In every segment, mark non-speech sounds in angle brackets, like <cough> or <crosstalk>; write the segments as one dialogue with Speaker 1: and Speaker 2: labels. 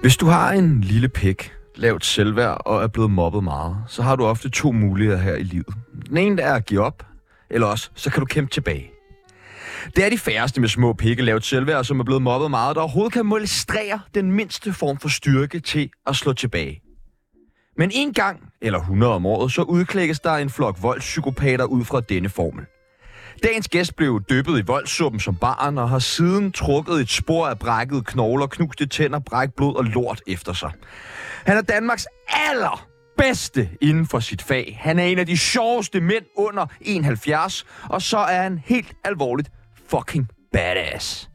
Speaker 1: Hvis du har en lille pik, lavt selvværd og er blevet mobbet meget, så har du ofte to muligheder her i livet. Den ene er at give op, eller også så kan du kæmpe tilbage. Det er de færreste med små pikke lavt selvværd, som er blevet mobbet meget, der overhovedet kan molestrere den mindste form for styrke til at slå tilbage. Men en gang, eller 100 om året, så udklækkes der en flok voldspsykopater ud fra denne formel. Dagens gæst blev dyppet i voldsuppen som barn og har siden trukket et spor af brækkede knogler, knuste tænder, bræk blod og lort efter sig. Han er Danmarks aller bedste inden for sit fag. Han er en af de sjoveste mænd under 71, og så er han helt alvorligt fucking badass.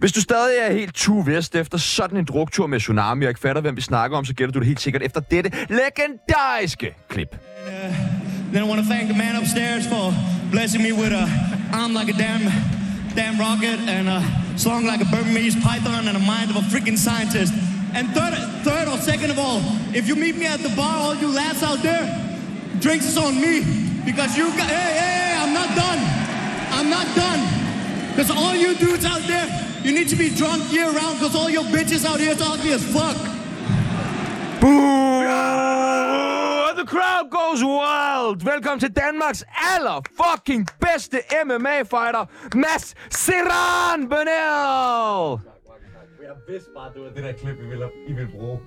Speaker 1: Hvis du stadig er helt tu vest efter sådan en druktur med Tsunami, og ikke fatter, hvem vi snakker om, så gætter du det helt sikkert efter dette legendariske klip.
Speaker 2: Then I want to thank the man upstairs for blessing me with a arm like a damn, damn rocket and a song like a Burmese python and a mind of a freaking scientist. And third, third or second of all, if you meet me at the bar, all you lads out there, drinks is on me because you got. Hey, hey, hey! I'm not done. I'm not done. Because all you dudes out there, you need to be drunk year round because all your bitches out here is ugly as fuck.
Speaker 1: Boo! The crowd goes wild. Velkommen til Danmarks aller fucking bedste MMA-fighter, Mads Seran Bernal.
Speaker 3: Jeg vidste bare, det var det der klip, I ville, I ville bruge.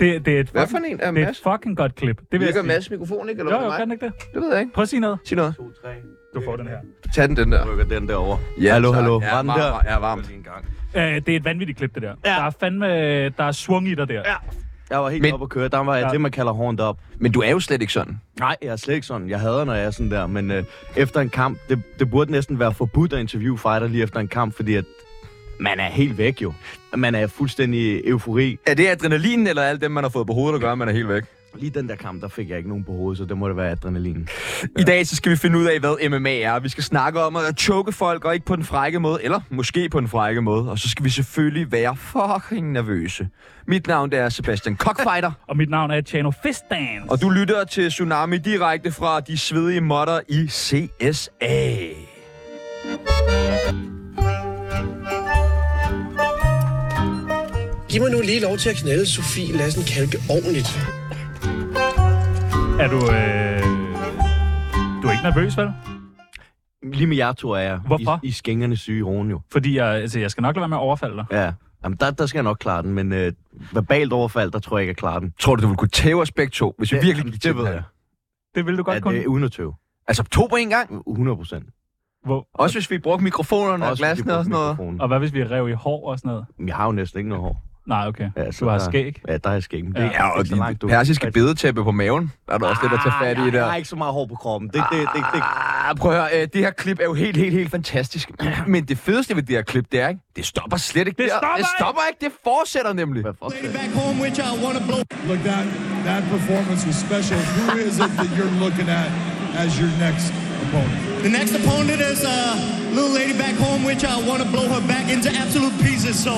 Speaker 4: Det, det er et
Speaker 1: Hvad
Speaker 4: fucking,
Speaker 1: for en er
Speaker 4: det er et
Speaker 1: Mads?
Speaker 4: fucking godt klip. Det vil
Speaker 1: Virker
Speaker 4: jeg sige.
Speaker 1: Mads mikrofon ikke, eller
Speaker 4: Jo,
Speaker 1: var
Speaker 4: jo,
Speaker 1: det
Speaker 4: kan den
Speaker 1: mig?
Speaker 4: ikke det?
Speaker 1: Det ved jeg ikke.
Speaker 4: Prøv at sige noget.
Speaker 1: Sig noget.
Speaker 3: 2, 3.
Speaker 4: Du får den her.
Speaker 1: Tag den, den der.
Speaker 3: Rykker den derover.
Speaker 1: Ja,
Speaker 3: hallo,
Speaker 1: tak.
Speaker 3: hallo.
Speaker 1: Ja,
Speaker 3: Var den
Speaker 1: varmt,
Speaker 3: der?
Speaker 1: varmt. Ja, varmt.
Speaker 3: Lige en
Speaker 4: Øh,
Speaker 3: gang.
Speaker 4: det er et vanvittigt klip, det der. Ja. Der er fandme... Der er swung i dig der. Ja.
Speaker 3: Jeg var helt
Speaker 1: Men-
Speaker 3: oppe at køre. Der var jeg
Speaker 4: Ja.
Speaker 3: det, man kalder horned op.
Speaker 1: Men du er jo slet ikke sådan.
Speaker 3: Nej, jeg er slet ikke sådan. Jeg hader, når jeg er sådan der. Men øh, efter en kamp, det, det burde næsten være forbudt at interviewe fighter lige efter en kamp, fordi at man er helt væk jo. Man er fuldstændig eufori.
Speaker 1: Er det adrenalinen, eller alt det, man har fået på hovedet, der gør, at man er helt væk?
Speaker 3: Lige den der kamp, der fik jeg ikke nogen på hovedet, så det må det være adrenalin.
Speaker 1: I dag så skal vi finde ud af, hvad MMA er. Vi skal snakke om at choke folk, og ikke på den frække måde, eller måske på den frække måde. Og så skal vi selvfølgelig være fucking nervøse. Mit navn det er Sebastian Cockfighter,
Speaker 4: Og mit navn er Tjano Fistdance.
Speaker 1: og du lytter til Tsunami direkte fra de svedige modder i CSA.
Speaker 5: Giv mig nu lige lov til at knalde Sofie Lassen Kalke ordentligt.
Speaker 4: Er du... Øh... Du er ikke nervøs, vel?
Speaker 3: Lige med jer to er jeg.
Speaker 4: Hvorfor?
Speaker 3: I, I skængerne syge roen jo.
Speaker 4: Fordi jeg, altså, jeg skal nok lade være med at overfalde dig.
Speaker 3: Ja. Jamen, der, der skal jeg nok klare den, men øh, verbalt overfald, der tror jeg ikke, jeg klarer den.
Speaker 1: Tror du, du ville kunne tæve os begge to, hvis vi virkelig
Speaker 3: Jamen,
Speaker 1: gik til
Speaker 3: det ved jeg.
Speaker 4: Det vil du godt
Speaker 3: Ja,
Speaker 4: kunne.
Speaker 3: det er uden at tøve.
Speaker 1: Altså to på en gang.
Speaker 3: 100 procent.
Speaker 4: Hvor...
Speaker 1: Også hvis vi brugte mikrofonerne og glassene og sådan noget.
Speaker 4: Og hvad hvis vi rev i hår og sådan noget?
Speaker 3: Jeg har jo næsten ikke noget hår.
Speaker 4: Nej, okay.
Speaker 3: Ja,
Speaker 4: du har
Speaker 3: der-
Speaker 4: skæg.
Speaker 3: Ja, der er skæg. Men det
Speaker 4: Ja,
Speaker 3: er
Speaker 1: Ja, og
Speaker 3: ikke så langt, du.
Speaker 1: din persiske bedetæppe på maven. Der er der også lidt at tage
Speaker 3: Ah,
Speaker 1: fat i
Speaker 3: jeg,
Speaker 1: der.
Speaker 3: Jeg har ikke så meget hår på kroppen. Det, det, det, det.
Speaker 1: Ah, prøv at høre, øh, det her klip er jo helt, helt, helt fantastisk. <clears throat> Men det fedeste ved det her klip, det er, ikke? det stopper slet ikke.
Speaker 4: Det
Speaker 1: der.
Speaker 4: stopper
Speaker 1: det
Speaker 4: ikke!
Speaker 1: stopper ikke. Det fortsætter nemlig.
Speaker 3: Hvad fuck?
Speaker 2: lady back home which I want to blow.
Speaker 6: Look, that that performance was special. Who is it that you're looking at as your next opponent?
Speaker 2: The next opponent is uh, little lady back home which I want to blow her back into absolute pieces. So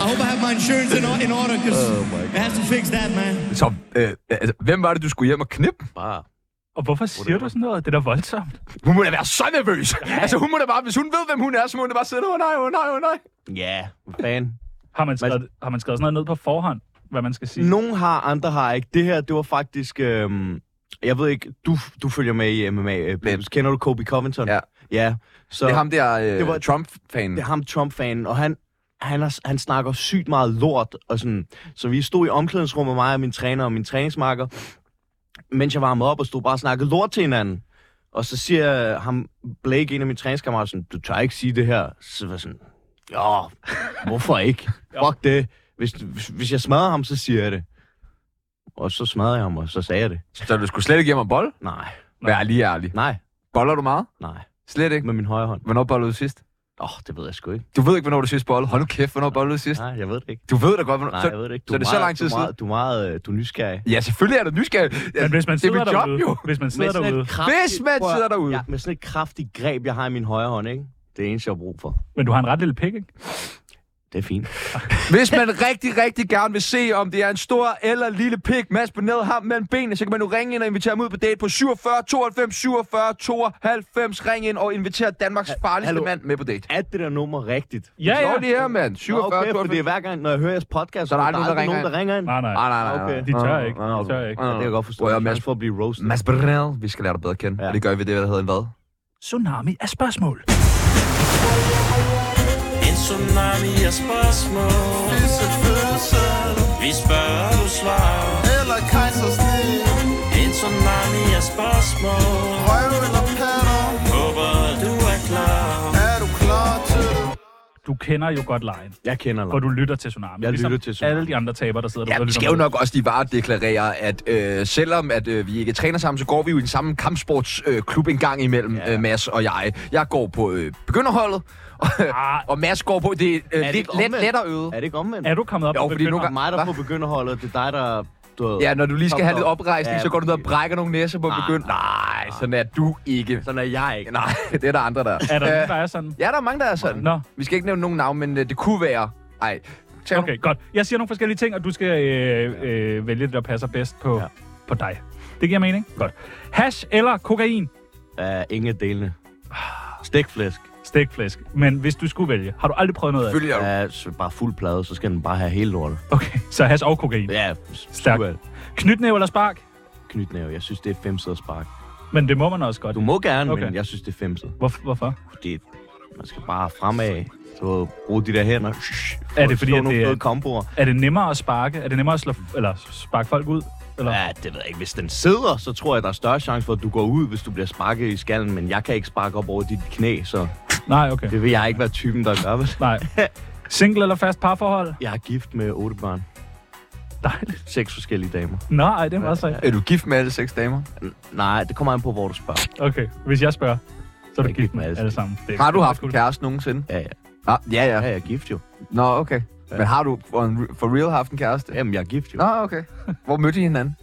Speaker 2: I hope I have my insurance in, or- in order because I have to fix that, man.
Speaker 1: Så øh, altså, hvem var det, du skulle hjem og knippe?
Speaker 3: Bare.
Speaker 4: Og hvorfor siger du sådan noget? Det er da voldsomt.
Speaker 1: Hun må da være så nervøs. Altså, hun må da bare, hvis hun ved, hvem hun er, så må hun da bare sidde, åh oh, nej, åh oh, nej, åh oh, nej.
Speaker 3: Ja, fan.
Speaker 4: Har man, skrevet, har man skrevet sådan noget ned på forhånd, hvad man skal sige?
Speaker 3: Nogen har, andre har ikke. Det her, det var faktisk... Øhm, jeg ved ikke, du, du følger med i MMA. Øh,
Speaker 1: Hvem?
Speaker 3: kender du Kobe Covington?
Speaker 1: Ja.
Speaker 3: ja så
Speaker 1: Det er ham der, øh,
Speaker 3: Det var-
Speaker 1: Trump-fanen.
Speaker 3: det er ham Trump-fanen, og han, han, er, han snakker sygt meget lort. Og sådan. Så vi stod i omklædningsrummet, mig og min træner og min træningsmarker, mens jeg varmede op og stod bare og snakkede lort til hinanden. Og så siger øh, ham Blake, en af mine træningskammerater, sådan, du tør ikke sige det her. Så var jeg sådan, ja,
Speaker 1: <laughs>
Speaker 3: hvorfor ikke? Fuck det. Hvis, hvis, hvis jeg smadrer ham, så siger jeg det. Og så smadrede jeg ham, og så sagde jeg det.
Speaker 1: Så du skulle slet ikke hjem og bold?
Speaker 3: Nej,
Speaker 1: Vær lige ærlig.
Speaker 3: nej,
Speaker 1: Boller du meget?
Speaker 3: nej.
Speaker 1: Slet ikke.
Speaker 3: Med min højre hånd.
Speaker 1: Hvornår bollede du sidst?
Speaker 3: Åh, oh, det ved jeg sgu ikke.
Speaker 1: Du ved ikke, hvornår du sidst bollede. Hold nu kæft, hvornår bollede du sidst?
Speaker 3: Nej, jeg ved det ikke.
Speaker 1: Du ved da godt, hvornår...
Speaker 3: Nej,
Speaker 1: så,
Speaker 3: jeg ved det ikke.
Speaker 1: så er det
Speaker 3: er
Speaker 1: så
Speaker 3: meget-
Speaker 1: lang tid
Speaker 3: du er
Speaker 1: siden?
Speaker 3: meget, Du er meget, øh, du er nysgerrig.
Speaker 1: Ja, selvfølgelig er du nysgerrig.
Speaker 4: Men hvis man
Speaker 1: det er
Speaker 4: sidder
Speaker 1: mit job,
Speaker 4: derude,
Speaker 1: jo.
Speaker 4: hvis man sidder
Speaker 3: sådan et
Speaker 4: derude,
Speaker 3: kraftigt-
Speaker 1: Hvis man
Speaker 3: Prøv at-
Speaker 1: sidder derude.
Speaker 3: Ja, med sådan et kraftigt greb, jeg har i min højre hånd, ikke? Det er det eneste, jeg har brug for.
Speaker 4: men du har en ret lille pik, ikke?
Speaker 3: Det er fint.
Speaker 1: Hvis man rigtig, rigtig gerne vil se, om det er en stor eller lille pik, Mads på ned ham mellem benene, så kan man nu ringe ind og invitere ham ud på date på 47 92 47 92. Ring ind og invitere Danmarks farligste
Speaker 3: hallo?
Speaker 1: mand med på date.
Speaker 3: Er det der nummer rigtigt?
Speaker 4: Ja,
Speaker 1: Ja,
Speaker 4: ja.
Speaker 1: ja. det her, mand.
Speaker 3: Nå,
Speaker 1: 47
Speaker 3: okay, fordi
Speaker 1: 92.
Speaker 3: hver gang, når jeg hører jeres podcast, så
Speaker 1: er
Speaker 3: er der,
Speaker 1: aldrig
Speaker 3: aldrig nogen,
Speaker 1: nogen,
Speaker 3: der ringer ind.
Speaker 4: Nej, nej.
Speaker 1: Nej, nej, nej. nej.
Speaker 3: Okay.
Speaker 4: De tør ikke. De tør ikke.
Speaker 3: Det kan jeg godt forstå.
Speaker 1: Prøv at
Speaker 3: Jeg
Speaker 1: høre,
Speaker 3: er
Speaker 1: Mads-
Speaker 3: Mads for at blive roasted.
Speaker 1: Mads Brunel, vi skal lære dig bedre at kende.
Speaker 3: Ja.
Speaker 1: Og det gør vi ved det, der hedder en hvad?
Speaker 4: Tsunami af spørgsmål.
Speaker 7: En tsunami af spørgsmål Vi spørger, du svarer
Speaker 8: Eller kejsersnit
Speaker 7: En tsunami af spørgsmål
Speaker 8: Røv eller patter
Speaker 7: Håber, du er klar
Speaker 8: Er du klar til det?
Speaker 4: Du kender jo godt lejen,
Speaker 3: Jeg kender
Speaker 4: hvor
Speaker 3: dig.
Speaker 4: du lytter til Tsunami. ligesom
Speaker 3: Jeg lytter til Tsunami.
Speaker 4: alle de andre taber, der sidder
Speaker 1: Ja,
Speaker 4: derude og
Speaker 1: vi
Speaker 4: lytter
Speaker 1: skal jo
Speaker 4: med.
Speaker 1: nok også lige bare deklarere, at øh, selvom at, øh, vi ikke træner sammen, så går vi jo i den samme kampsportsklub øh, en gang imellem, ja. øh, Mads og jeg. Jeg går på øh, begynderholdet, og,
Speaker 4: Ah.
Speaker 1: og Mads går på det øh,
Speaker 3: det
Speaker 1: lidt
Speaker 3: ikke
Speaker 1: let,
Speaker 3: omvendt?
Speaker 1: lettere øde.
Speaker 3: Er det ikke omvendt?
Speaker 4: Er du kommet op
Speaker 1: Jo,
Speaker 4: og
Speaker 1: fordi nu
Speaker 4: begynder-
Speaker 1: kan-
Speaker 3: Det er mig, der
Speaker 1: Hva?
Speaker 3: får begynderholdet. Det er dig, der... Du, ved-
Speaker 1: Ja, når du lige skal
Speaker 3: Top
Speaker 1: have lidt
Speaker 3: dog.
Speaker 1: oprejsning,
Speaker 3: Ja,
Speaker 1: så går du ned og
Speaker 3: fordi-
Speaker 1: brækker nogle næser
Speaker 4: Ah,
Speaker 1: på begynd. Nej, sådan er du ikke. <laughs>
Speaker 3: Sådan er jeg ikke.
Speaker 1: Nej, det er der andre, der
Speaker 4: Er der
Speaker 1: Øh,
Speaker 4: nogen, der er sådan?
Speaker 1: Ja, der er mange, der er sådan.
Speaker 4: Nå.
Speaker 1: Vi skal ikke nævne nogen navn, men øh, det kunne være... Ej, tag nu.
Speaker 4: Okay, godt. Jeg siger nogle forskellige ting, og du skal øh, øh, vælge det, der passer bedst på, ja.
Speaker 3: Ja.
Speaker 4: på dig. Det giver mening? Godt. Hash eller kokain?
Speaker 3: Uh, ingen af delene. Stikflæsk.
Speaker 4: Stikflæsk. Men hvis du skulle vælge, har du aldrig prøvet noget af det?
Speaker 1: Selvfølgelig er du.
Speaker 3: Ja, så bare fuld plade, så skal den bare have hele lortet.
Speaker 4: Okay, så hash og kokain.
Speaker 3: Ja,
Speaker 4: Stærkt.
Speaker 3: stærk.
Speaker 4: Knytnæve eller spark?
Speaker 3: Knytnæve. Jeg synes, det er femset spark.
Speaker 4: Men det må man også godt.
Speaker 3: Du må gerne,
Speaker 4: Okay.
Speaker 3: okay. men jeg synes, det er femset.
Speaker 4: Hvor, hvorfor?
Speaker 3: Det, man skal bare fremad. Så bruge de der hænder.
Speaker 4: Er det fordi,
Speaker 3: Slå
Speaker 4: at
Speaker 3: nogle
Speaker 4: det er-
Speaker 3: fede komboer.
Speaker 4: Er det nemmere at sparke? Er det nemmere at slå, eller sparke folk ud? Eller?
Speaker 3: Ja, det ved jeg ikke. Hvis den sidder, så tror jeg, der er større chance for, at du går ud, hvis du bliver sparket i skallen. Men jeg kan ikke sparke op over dit knæ, så
Speaker 4: Nej, okay.
Speaker 3: det vil jeg ikke være typen, der gør. Vel?
Speaker 4: Nej. Single eller fast parforhold?
Speaker 3: Jeg er gift med otte børn.
Speaker 4: Dejligt.
Speaker 3: Seks forskellige damer.
Speaker 4: Nå, ej, det er meget sejt.
Speaker 1: Er du gift med alle seks damer?
Speaker 3: Nej, det kommer an på, hvor du spørger.
Speaker 4: Okay, hvis jeg spørger, så er du
Speaker 3: Jeg er
Speaker 4: gift med alle sammen. Det er
Speaker 1: Har du haft en
Speaker 4: cool.
Speaker 1: kæreste nogensinde?
Speaker 3: Ja, ja.
Speaker 1: Ah, ja,
Speaker 3: Ja,
Speaker 1: ja.
Speaker 3: jeg er gift jo.
Speaker 1: Nå, okay. Men har du for, en- for real haft en kæreste?
Speaker 3: Jamen, jeg er gift jo.
Speaker 1: Nå, okay. <laughs> Hvor mødte I hinanden?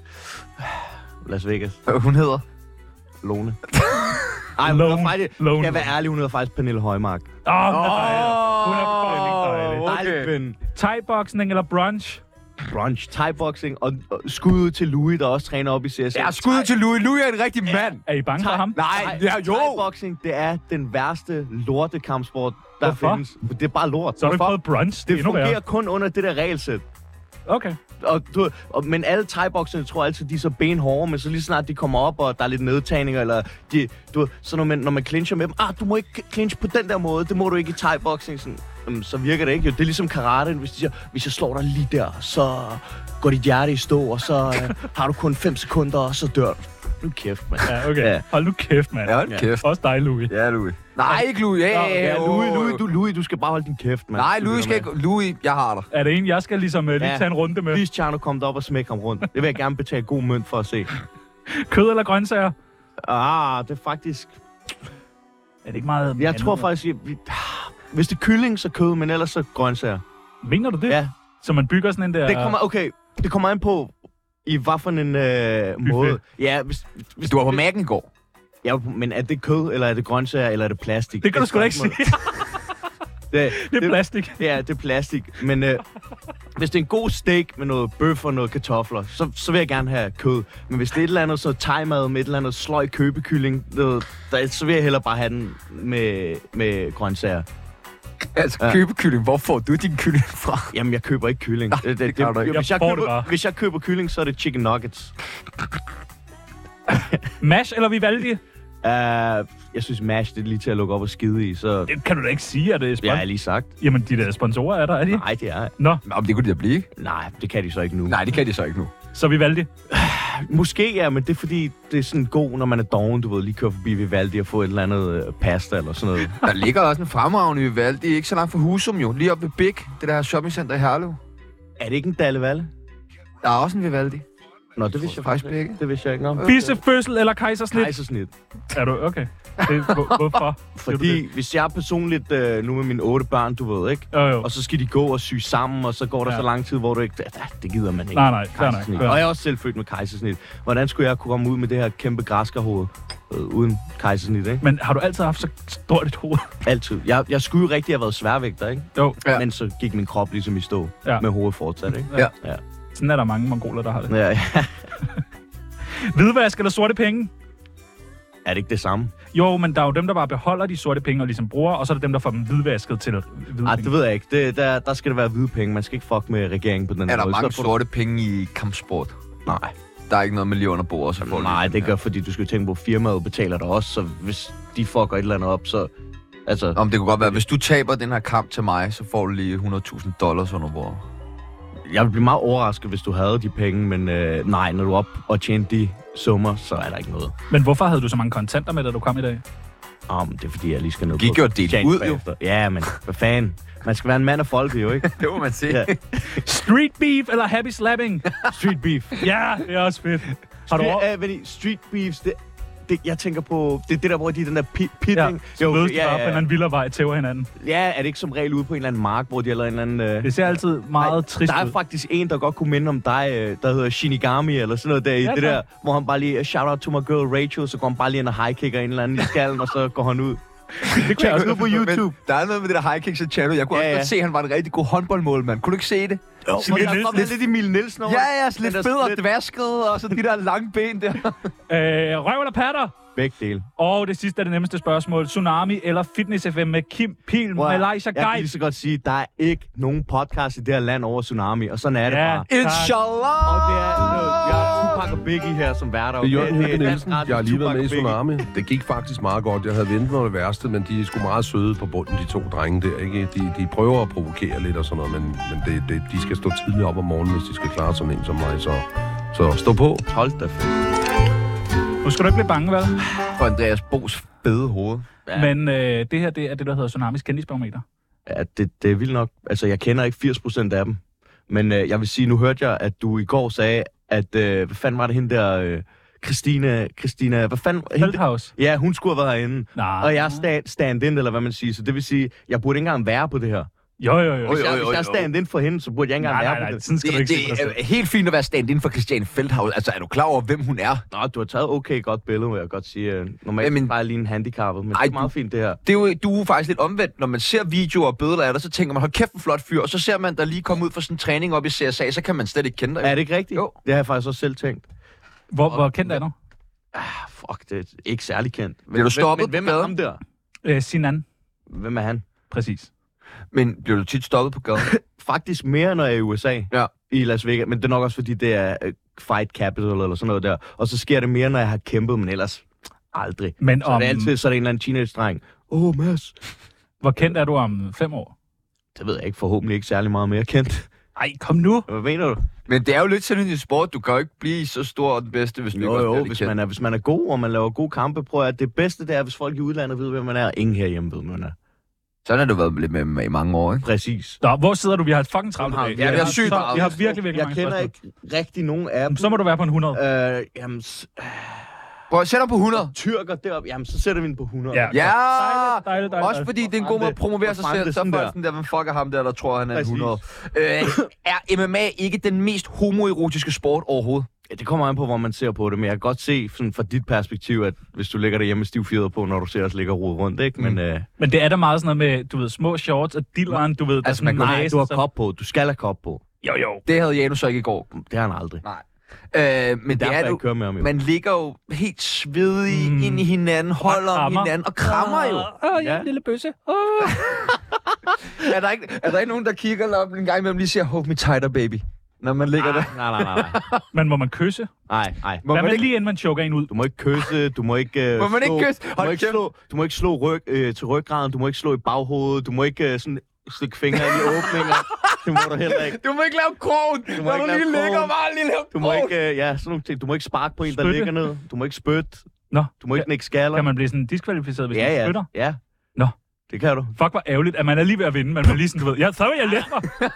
Speaker 3: Las Vegas.
Speaker 1: Øh, Hun hedder? <laughs>
Speaker 3: Lone. Ej, hun hedder
Speaker 4: Lone.
Speaker 3: faktisk...
Speaker 4: Lone.
Speaker 3: Skal jeg være ærlig, hun hedder faktisk Pernille Højmark.
Speaker 4: Åh, oh, oh, hun er fucking dejlig.
Speaker 1: Okay.
Speaker 3: men...
Speaker 4: Thai-boksning eller brunch?
Speaker 3: Brunch, thai-boxing og, og skud ud til Louis, der også træner op i CSL.
Speaker 1: Ja, skud til Louis. Louis er en rigtig mand.
Speaker 4: Er I bange for
Speaker 3: Thai-
Speaker 4: ham?
Speaker 1: Nej, ja, jo.
Speaker 3: Thai-boxing, det er den værste lortekampsport, der
Speaker 4: Hvorfor?
Speaker 3: findes. Det er bare lort.
Speaker 4: Så har du ikke
Speaker 3: Hvorfor?
Speaker 4: prøvet brunch? Det, er
Speaker 3: Det
Speaker 4: endnu
Speaker 3: fungerer
Speaker 4: værre.
Speaker 3: kun under det der regelsæt.
Speaker 4: Okay.
Speaker 3: Og, du, og, men alle thaibokserne tror altid, de er så benhårde, men så lige snart de kommer op, og der er lidt nedtagninger, eller de, du, så når man, når man clincher med dem, ah, du må ikke clinch på den der måde, det må du ikke i thaiboksning, sådan, "Jamen, så virker det ikke jo. Det er ligesom karate, hvis de siger, hvis jeg slår dig lige der, så går dit hjerte i stå, og så øh,
Speaker 1: <laughs>
Speaker 3: har du kun 5 sekunder, og så dør du. Nu kæft, mand.
Speaker 4: Ja, okay.
Speaker 3: Ja.
Speaker 4: Hold nu kæft, mand.
Speaker 1: Ja, hold kæft.
Speaker 4: Også dig, Louis.
Speaker 1: Ja, Louis. Nej, ikke Louis. Ja, ja, ja,
Speaker 3: Ja, Louis, Louis, du, Louis, du skal bare holde din kæft, mand.
Speaker 1: Nej,
Speaker 3: Du
Speaker 1: Louis
Speaker 3: lytter
Speaker 1: skal
Speaker 3: med.
Speaker 1: ikke... Louis, jeg har dig.
Speaker 4: Er det en, jeg skal ligesom uh, lige
Speaker 3: Ja.
Speaker 4: tage en runde med?
Speaker 3: Please, Tjerno, kom derop og smæk ham rundt. Det vil jeg gerne betale god mønt for at se.
Speaker 4: Kød eller grøntsager?
Speaker 3: Ah, det er faktisk...
Speaker 4: Er det ikke meget...
Speaker 3: Jeg
Speaker 4: andet?
Speaker 3: tror faktisk, at vi... Hvis det er kylling, så kød, men ellers så grøntsager.
Speaker 4: Mener du det?
Speaker 3: Ja,
Speaker 4: Så man bygger sådan en der...
Speaker 3: det kommer, okay, det kommer an på, i hvad for en øh, måde. Ja, hvis, hvis,
Speaker 1: Du var på mærken i går.
Speaker 3: ja, men er det kød, eller er det grøntsager, eller er det plastik?
Speaker 4: Det kan du sgu da ikke sige. <laughs>
Speaker 3: spørgsmålet. Det,
Speaker 4: det er plastik.
Speaker 3: Ja, det er plastik. Men øh, hvis det er en god steak med noget bøf og noget kartofler, så, så vil jeg gerne have kød. Men hvis det er et eller andet så thai-mad med et eller andet sløj købekylling, noget, der, så vil jeg hellere bare have den med, med grøntsager.
Speaker 1: Altså, købekylling. Hvor får du din kylling fra?
Speaker 3: Jamen, jeg køber ikke kylling. Øh, Det, det,
Speaker 1: gør du ikke.
Speaker 3: Hvis,
Speaker 4: Jeg
Speaker 3: jeg
Speaker 4: får det
Speaker 3: køber,
Speaker 4: bare.
Speaker 3: hvis jeg køber kylling, så er det chicken nuggets.
Speaker 4: Mash eller Vivaldi?
Speaker 3: Uh, jeg synes, mash det er lige til at lukke op og skide i, så... Det
Speaker 4: Det kan du da ikke sige, at det er
Speaker 3: jeg har
Speaker 4: spon-
Speaker 3: lige sagt.
Speaker 4: Jamen, de der sponsorer er der, er de?
Speaker 3: Nej, det er...
Speaker 4: Nå,
Speaker 1: Nå, men det kunne de da blive, ikke?
Speaker 3: Nej, det kan de så ikke nu.
Speaker 1: Nej, det kan de så ikke nu.
Speaker 4: så Vivaldi.
Speaker 3: Måske ja, men det er fordi, det er sådan god, når man er doven, du ved, lige kører forbi Vivaldi og får et eller andet øh, pasta eller sådan
Speaker 1: <laughs>
Speaker 3: noget.
Speaker 1: Der ligger også en fremragende i Vivaldi. Ikke så langt fra Husum jo. Lige op ved Big, det der shoppingcenter i Herlev.
Speaker 3: Er det ikke en Dalle Valle?
Speaker 1: Der er også en Vivaldi.
Speaker 3: Nå, det vidste jeg faktisk
Speaker 1: Faktisk ikke.
Speaker 3: Det vidste jeg ikke
Speaker 1: Øh.
Speaker 3: om.
Speaker 4: Bissefødsel eller kejsersnit?
Speaker 3: Kejsersnit.
Speaker 4: Er du okay? Det, hvor,
Speaker 3: <laughs>
Speaker 4: hvorfor? siger du
Speaker 3: Fordi
Speaker 4: det?
Speaker 3: hvis jeg personligt, øh, nu med mine otte børn, du ved, ikke?
Speaker 4: Jo, jo.
Speaker 3: Og så skal de gå og sy sammen, og så går der
Speaker 4: Ja.
Speaker 3: ja. så lang tid, hvor du ikke... Ja, Det gider man ikke.
Speaker 4: Nej, nej, fair nok.
Speaker 3: Kejsersnit.
Speaker 4: Fair.
Speaker 3: Og jeg er også selv født med kejsersnit. Hvordan skulle jeg kunne komme ud med det her kæmpe græskerhoved øh, uden kejsersnit, ikke?
Speaker 4: Men har du altid haft så stort et hoved?
Speaker 3: Altid. Jeg, jeg skulle jo rigtig have været sværvægter, ikke?
Speaker 4: Jo,
Speaker 1: Ja.
Speaker 3: Men så gik min krop ligesom i stå
Speaker 4: Ja.
Speaker 3: ja. med hovedet fortsat, ikke?
Speaker 1: Ja.
Speaker 3: ja.
Speaker 4: sådan er der mange mongoler, der har det.
Speaker 3: ja, <laughs> ja.
Speaker 4: Hvidvask eller sorte penge?
Speaker 3: Er det ikke det samme?
Speaker 4: Jo, men der er jo dem, der bare beholder de sorte penge og ligesom bruger, og så er der dem, der får dem hvidvasket til hvide
Speaker 3: Ej,
Speaker 4: penge.
Speaker 3: det ved jeg ikke. Det, der, der skal det være hvide penge. Man skal ikke fuck med regeringen på den
Speaker 1: Er
Speaker 3: her
Speaker 1: der
Speaker 3: måde.
Speaker 1: mange
Speaker 3: Så får du-
Speaker 1: sorte penge i kampsport?
Speaker 3: Nej.
Speaker 1: Der er ikke noget miljø under bordet, så får
Speaker 3: Nej,
Speaker 1: de-
Speaker 3: det gør, fordi du skal tænke på, at firmaet betaler dig også, så hvis de fucker et eller andet op, så... Altså,
Speaker 1: Om det kunne godt være, hvis du taber den her kamp til mig, så får du lige 100.000 dollars under bordet.
Speaker 3: jeg ville blive meget overrasket, hvis du havde de penge, men øh, nej, når du er op og tjener de summer, så er der ikke noget.
Speaker 4: Men hvorfor havde du så mange kontanter med, da du kom i dag?
Speaker 3: Om det er fordi, jeg lige skal ned
Speaker 1: Gik
Speaker 3: på...
Speaker 1: jo delt
Speaker 3: tjene
Speaker 1: ud, jo.
Speaker 3: bagefter. Ja, men hvad fanden? Man skal være en mand af folket,
Speaker 4: <laughs>
Speaker 3: jo, ikke?
Speaker 1: Det må man se.
Speaker 3: Ja.
Speaker 4: Street beef eller happy slapping?
Speaker 3: <laughs> Street beef.
Speaker 4: ja, det er også fedt. Har du
Speaker 3: Street,
Speaker 4: over...
Speaker 3: øh, men i street beefs, det, det, jeg tænker på, det er det der, hvor de er den der pi- pitting.
Speaker 4: Ja, så mødes de bare på en eller
Speaker 3: ja,
Speaker 4: anden vildervej tæver hinanden.
Speaker 3: ja, er det ikke som regel ude på en eller anden mark, hvor de eller en eller anden... Øh,
Speaker 4: Det ser altid meget
Speaker 3: Ej,
Speaker 4: trist
Speaker 3: Der er
Speaker 4: ud.
Speaker 3: faktisk en, der godt kunne minde om dig, øh, der hedder Shinigami eller sådan noget der i
Speaker 4: Ja,
Speaker 3: det
Speaker 4: tak.
Speaker 3: der, hvor han bare lige, "Uh, shout out to my girl Rachel, så går han bare lige ind og high-kicker en eller anden i skallen, og så går han ud.
Speaker 4: Det kunne jeg også
Speaker 3: ud <laughs> på YouTube.
Speaker 1: Men der er noget med det der high kicks og channel. Jeg kunne
Speaker 3: Ja,
Speaker 1: ja, også
Speaker 3: ja.
Speaker 1: godt se, at han var en rigtig god håndboldmålmand. Kunne du ikke se det?
Speaker 3: Jo,
Speaker 4: Emil
Speaker 3: der kom
Speaker 4: Nielsen.
Speaker 3: lidt Emil Nielsen over.
Speaker 1: Ja, ja, sådan
Speaker 3: Den
Speaker 1: lidt
Speaker 3: der
Speaker 1: fed og
Speaker 3: split.
Speaker 1: dvasket, og så de der lange ben der.
Speaker 4: Øh, røv eller patter?
Speaker 3: Begge dele.
Speaker 4: Og det sidste er det nemmeste spørgsmål. Tsunami eller Fitness FM med Kim Pil,
Speaker 3: Prøv at-
Speaker 4: Malaysia
Speaker 3: Jeg kan lige
Speaker 4: Guide?
Speaker 3: så godt sige, der er ikke nogen podcast i det her land over tsunami, og sådan er det
Speaker 4: Ja.
Speaker 3: bare.
Speaker 1: Inshallah!
Speaker 3: Og det er, jeg har Tupac og Biggie her som værter.
Speaker 9: Det er Jørgen
Speaker 3: okay?
Speaker 9: Høgh
Speaker 3: dansk
Speaker 9: Nielsen.
Speaker 3: radio,
Speaker 9: Jeg har lige været
Speaker 3: Tupac
Speaker 9: med i
Speaker 3: og Biggie.
Speaker 9: Tsunami. Det gik faktisk meget godt. Jeg havde ventet mig det værste, men de er sgu meget søde på bunden, de to drenge der. Ikke? De, de prøver at provokere lidt og sådan noget, men, men det, det, de skal stå tidligt op om morgenen, hvis de skal klare sådan en som mig. Så, så stå på.
Speaker 3: <laughs> Hold da fedt.
Speaker 4: Nu skal du ikke blive bange, vel?
Speaker 1: For Andreas Bos fede hoved.
Speaker 3: Ja.
Speaker 4: Men øh, det her, det er det, der hedder Tsunamis kendisbarometer.
Speaker 3: Ja, det, det er vildt nok. Altså, jeg kender ikke 80% af dem. Men øh, jeg vil sige, nu hørte jeg, at du i går sagde, at... Øh, hvad fanden var det hende der... Øh, Christina... Christina... Hvad fanden... Hende,
Speaker 4: Feldhaus.
Speaker 3: ja, hun skulle have været herinde.
Speaker 4: Nej.
Speaker 3: Og jeg er stand, stand-in, eller hvad man siger. Så det vil sige, jeg burde ikke engang være på det her.
Speaker 4: Jo, jo, jo.
Speaker 1: Oj,
Speaker 3: Hvis jeg,
Speaker 1: oj,
Speaker 3: hvis
Speaker 1: oj,
Speaker 3: jeg er
Speaker 1: oj.
Speaker 3: stand-in for hende, så burde jeg ikke engang
Speaker 4: Nej, nej,
Speaker 3: være
Speaker 4: nej.
Speaker 3: på det.
Speaker 4: Sådan skal du
Speaker 1: Det,
Speaker 4: ikke se på dig
Speaker 1: det
Speaker 4: selv.
Speaker 1: er øh, helt fint at være stand inden for Christian Feldhaus. Altså, er du klar over, hvem hun er?
Speaker 3: Nå, du har taget okay godt billede, vil jeg godt sige. Øh, Normalt
Speaker 1: Jamen-
Speaker 3: men, bare lige en handicappet, men
Speaker 1: Ej,
Speaker 3: det er
Speaker 1: du-
Speaker 3: meget fint det her.
Speaker 1: Det er jo, du er jo faktisk lidt omvendt. Når man ser videoer og billeder af dig, så tænker man, hold kæft, en flot fyr. Og så ser man der lige komme ud fra sådan en træning op i CSA, så kan man slet ikke kende dig.
Speaker 3: Er det ikke rigtigt?
Speaker 1: Jo.
Speaker 3: Det har jeg faktisk også selv tænkt.
Speaker 4: Hvor, hvor kendt er du?
Speaker 3: Ah, fuck, det er ikke særlig kendt. Men,
Speaker 1: Bliver du stoppet
Speaker 3: Men, hvem
Speaker 1: på
Speaker 3: er
Speaker 1: gaden?
Speaker 3: ham der?
Speaker 4: Øh, Sinan.
Speaker 3: Hvem er han?
Speaker 4: Præcis.
Speaker 1: Men bliver du tit stoppet på gaden?
Speaker 3: <laughs> faktisk mere, når jeg er i USA.
Speaker 1: Ja.
Speaker 3: I Las Vegas. Men det er nok også, fordi det er øh, fight capital eller sådan noget der. Og så sker det mere, når jeg har kæmpet, men ellers aldrig.
Speaker 4: Men
Speaker 3: Så er
Speaker 4: om,
Speaker 3: det altid så er det en eller anden teenage-dreng. Åh, oh, Mads.
Speaker 4: hvor kendt er du om fem år?
Speaker 3: Det ved jeg ikke. Forhåbentlig ikke særlig meget mere kendt.
Speaker 4: Ej, kom nu.
Speaker 3: Hvad mener du?
Speaker 1: Men det er jo lidt sådan en sport. Du kan jo ikke blive så stor og den bedste, hvis du ikke
Speaker 3: Jo,
Speaker 1: også
Speaker 3: jo,
Speaker 1: bliver
Speaker 3: hvis
Speaker 1: lidt
Speaker 3: man,
Speaker 1: kendt.
Speaker 3: er, hvis man er god, og man laver gode kampe, prøv at det bedste det er, hvis folk i udlandet ved, hvem man er, og ingen herhjemme ved, hvem man er.
Speaker 1: Sådan har du været lidt med, med i mange år, ikke?
Speaker 3: Præcis.
Speaker 4: Nå, hvor sidder du? Vi har et fucking travlt i dag.
Speaker 3: Ja, vi
Speaker 4: Vi
Speaker 1: har
Speaker 4: har
Speaker 1: sygt
Speaker 4: så-
Speaker 1: travlt.
Speaker 4: Vi har virkelig, virkelig
Speaker 3: Jeg
Speaker 4: mange
Speaker 3: kender
Speaker 4: spørgsmål.
Speaker 3: ikke rigtig nogen af dem.
Speaker 4: Så må du være på en 100.
Speaker 3: Øh, jamen, s-
Speaker 1: Prøv at sætte ham på 100.
Speaker 3: tyrker deroppe, jamen, så sætter vi den på 100.
Speaker 4: Ja.
Speaker 1: Ja!
Speaker 4: Dejligt, dejligt, dejligt.
Speaker 1: Også fordi det er en god måde at promovere sig
Speaker 3: Hvor
Speaker 1: selv,
Speaker 3: frem
Speaker 1: så er
Speaker 3: det
Speaker 1: folk sådan der, hvem fuck er ham der, der tror, han er en
Speaker 3: Præcis.
Speaker 1: 100. Øh, er MMA ikke den mest homoerotiske sport overhovedet?
Speaker 3: Ja, det kommer an på, hvor man ser på det, men jeg kan godt se sådan fra dit perspektiv, at hvis du ligger derhjemme med stiv fjeder på, når du ser os ligge og rode rundt, ikke? Men mm. øh,
Speaker 4: Men det er da meget sådan noget med, du ved, små shorts og dilleren, du ved, der
Speaker 1: Altså,
Speaker 4: altså,
Speaker 1: man
Speaker 4: sådan
Speaker 1: kan-
Speaker 3: nej,
Speaker 4: næse,
Speaker 3: du har
Speaker 4: så-
Speaker 3: kop på. Du skal have kop på.
Speaker 4: Jo, jo.
Speaker 1: Det havde Janus så ikke i går.
Speaker 3: Det har han aldrig.
Speaker 1: Øh, men det
Speaker 3: Derfor
Speaker 1: er
Speaker 3: jeg
Speaker 1: du...
Speaker 3: ikke kører med ham, jo.
Speaker 1: Man ligger jo helt svedig
Speaker 4: Mm.
Speaker 1: mm. ind i hinanden, holder om
Speaker 4: krammer.
Speaker 1: hinanden og krammer <laughs> jo.
Speaker 4: Åh, ja,
Speaker 3: Ja.
Speaker 4: en lille bøsse. Åh.
Speaker 1: Er der ikke, er der ikke nogen, der kigger op en gang imellem lige siger, hold me tighter, baby, når man ligger der?
Speaker 3: Nej, nej, nej, nej.
Speaker 4: Men må man kysse?
Speaker 3: <laughs> Nej, nej.
Speaker 1: Må
Speaker 4: Hvad
Speaker 1: man
Speaker 4: med
Speaker 1: ikke,
Speaker 4: lige inden man choker en ud?
Speaker 3: Du må ikke kysse, du må ikke øh,
Speaker 1: Må man ikke
Speaker 3: slå,
Speaker 1: kysse?
Speaker 3: Du må
Speaker 1: Hold
Speaker 3: ikke,
Speaker 1: kæft.
Speaker 3: slå, du må ikke slå ryg, øh, til ryggraden, du må ikke slå i baghovedet, du må ikke øh, sådan stikke fingre ind i
Speaker 4: <laughs>
Speaker 3: åbninger. Det må du heller ikke.
Speaker 1: du må ikke lave krogen,
Speaker 3: Du må
Speaker 1: når
Speaker 3: ikke
Speaker 1: du
Speaker 3: lave
Speaker 1: lige ligger og
Speaker 3: krogen.
Speaker 1: bare lige laver
Speaker 3: Du må ikke, øh, ja, sådan nogle ting. Du må ikke sparke på en, der
Speaker 4: Spytte.
Speaker 3: ligger ned. Du må ikke spytte.
Speaker 4: Nå,
Speaker 3: Du må ikke
Speaker 4: kan,
Speaker 3: nække skaller.
Speaker 4: kan man blive sådan diskvalificeret, hvis
Speaker 3: ja,
Speaker 4: man
Speaker 3: ja,
Speaker 4: spytter?
Speaker 3: ja.
Speaker 4: Nå.
Speaker 3: Det kan du.
Speaker 4: Fuck, hvor ærgerligt, at man er lige ved at vinde, men man er lige sådan, du ved, ja, så vil jeg
Speaker 3: <laughs>
Speaker 4: lette mig.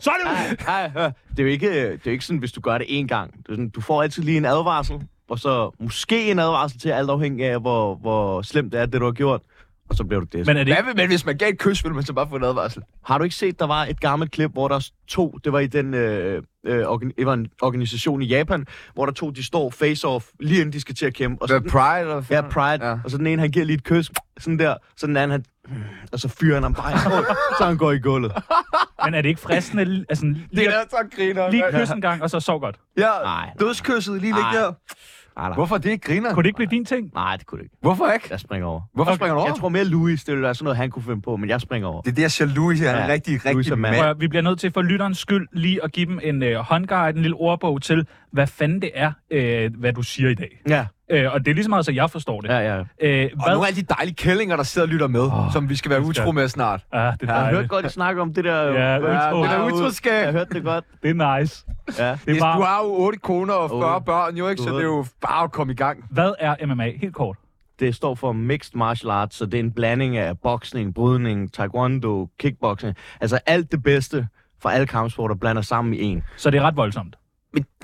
Speaker 4: så er det ud.
Speaker 3: Ej, hør, det er jo ikke, øh, det er jo ikke sådan, hvis du gør det én gang. Det er sådan, du får altid lige en advarsel, og så måske en advarsel til, alt afhængig af, hvor, hvor slemt det er, det du har gjort. Og så bliver du det.
Speaker 4: Men er det
Speaker 1: Hvad, vil- men hvis man gav et kys, ville man så bare få en advarsel.
Speaker 3: Har du ikke set, der var et gammelt klip, hvor der s- to, det var i den øh, øh, organ, det var en organisation i Japan, hvor der to, de står face-off, lige inden de skal til at kæmpe. Og så,
Speaker 1: The Pride? Eller
Speaker 3: ja, Pride.
Speaker 1: Ja.
Speaker 3: Ja. Og så den ene, han giver lige et kys, sådan der. Så den anden, han, og så fyrer han ham bare i hovedet, så han går i gulvet.
Speaker 4: Men er det ikke fristende? Altså,
Speaker 1: Det
Speaker 4: lige,
Speaker 1: er da så griner.
Speaker 4: lige kys en gang, og så sov godt.
Speaker 1: Ja,
Speaker 3: Nej.
Speaker 1: dødskysset lige ligge
Speaker 3: Nej.
Speaker 1: der.
Speaker 3: Nej, nej.
Speaker 1: Hvorfor er det ikke griner?
Speaker 4: Kunne det ikke blive din ting?
Speaker 3: nej, det kunne det ikke.
Speaker 1: Hvorfor ikke?
Speaker 3: Jeg springer over.
Speaker 1: Hvorfor springer du over?
Speaker 3: Jeg tror mere Louis, det ville være sådan noget, han kunne finde på, men jeg springer over.
Speaker 1: Det er der, jeg siger, Louis er en
Speaker 3: Ja,
Speaker 1: rigtig,
Speaker 3: Louis
Speaker 1: rigtig
Speaker 3: er mand.
Speaker 1: mand.
Speaker 4: Prøv, at- vi bliver nødt til for lytterens skyld lige at give dem en øh, håndguide, en lille ordbog til, hvad fanden det er, øh, hvad du siger i dag.
Speaker 3: Ja,
Speaker 4: Øh, og det er lige så meget, så jeg forstår det.
Speaker 3: ja, ja.
Speaker 4: Øh,
Speaker 1: Og nogle
Speaker 4: hvad?
Speaker 1: af de dejlige kællinger, der sidder og lytter med, oh, som vi skal være utro med snart.
Speaker 4: Ah, det er
Speaker 3: Jeg hørte
Speaker 4: dejligt.
Speaker 3: godt, I snakke om det der...
Speaker 4: Ja, utro.
Speaker 1: det er
Speaker 3: ud-
Speaker 1: utroskab.
Speaker 3: Jeg hørte det godt.
Speaker 4: Det er nice.
Speaker 3: Ja.
Speaker 4: Det er
Speaker 1: Du
Speaker 4: bare,
Speaker 1: har jo otte koner og 40
Speaker 3: Åh.
Speaker 1: børn, jo ikke? Så
Speaker 3: Du ved
Speaker 1: det er jo bare at komme i gang.
Speaker 4: hvad er MMA? Helt kort.
Speaker 3: Det står for Mixed Martial Arts, så det er en blanding af boksning, brydning, taekwondo, kickboxing. Altså alt det bedste fra alle kampsporter blander sammen i en.
Speaker 4: Så det er ret voldsomt.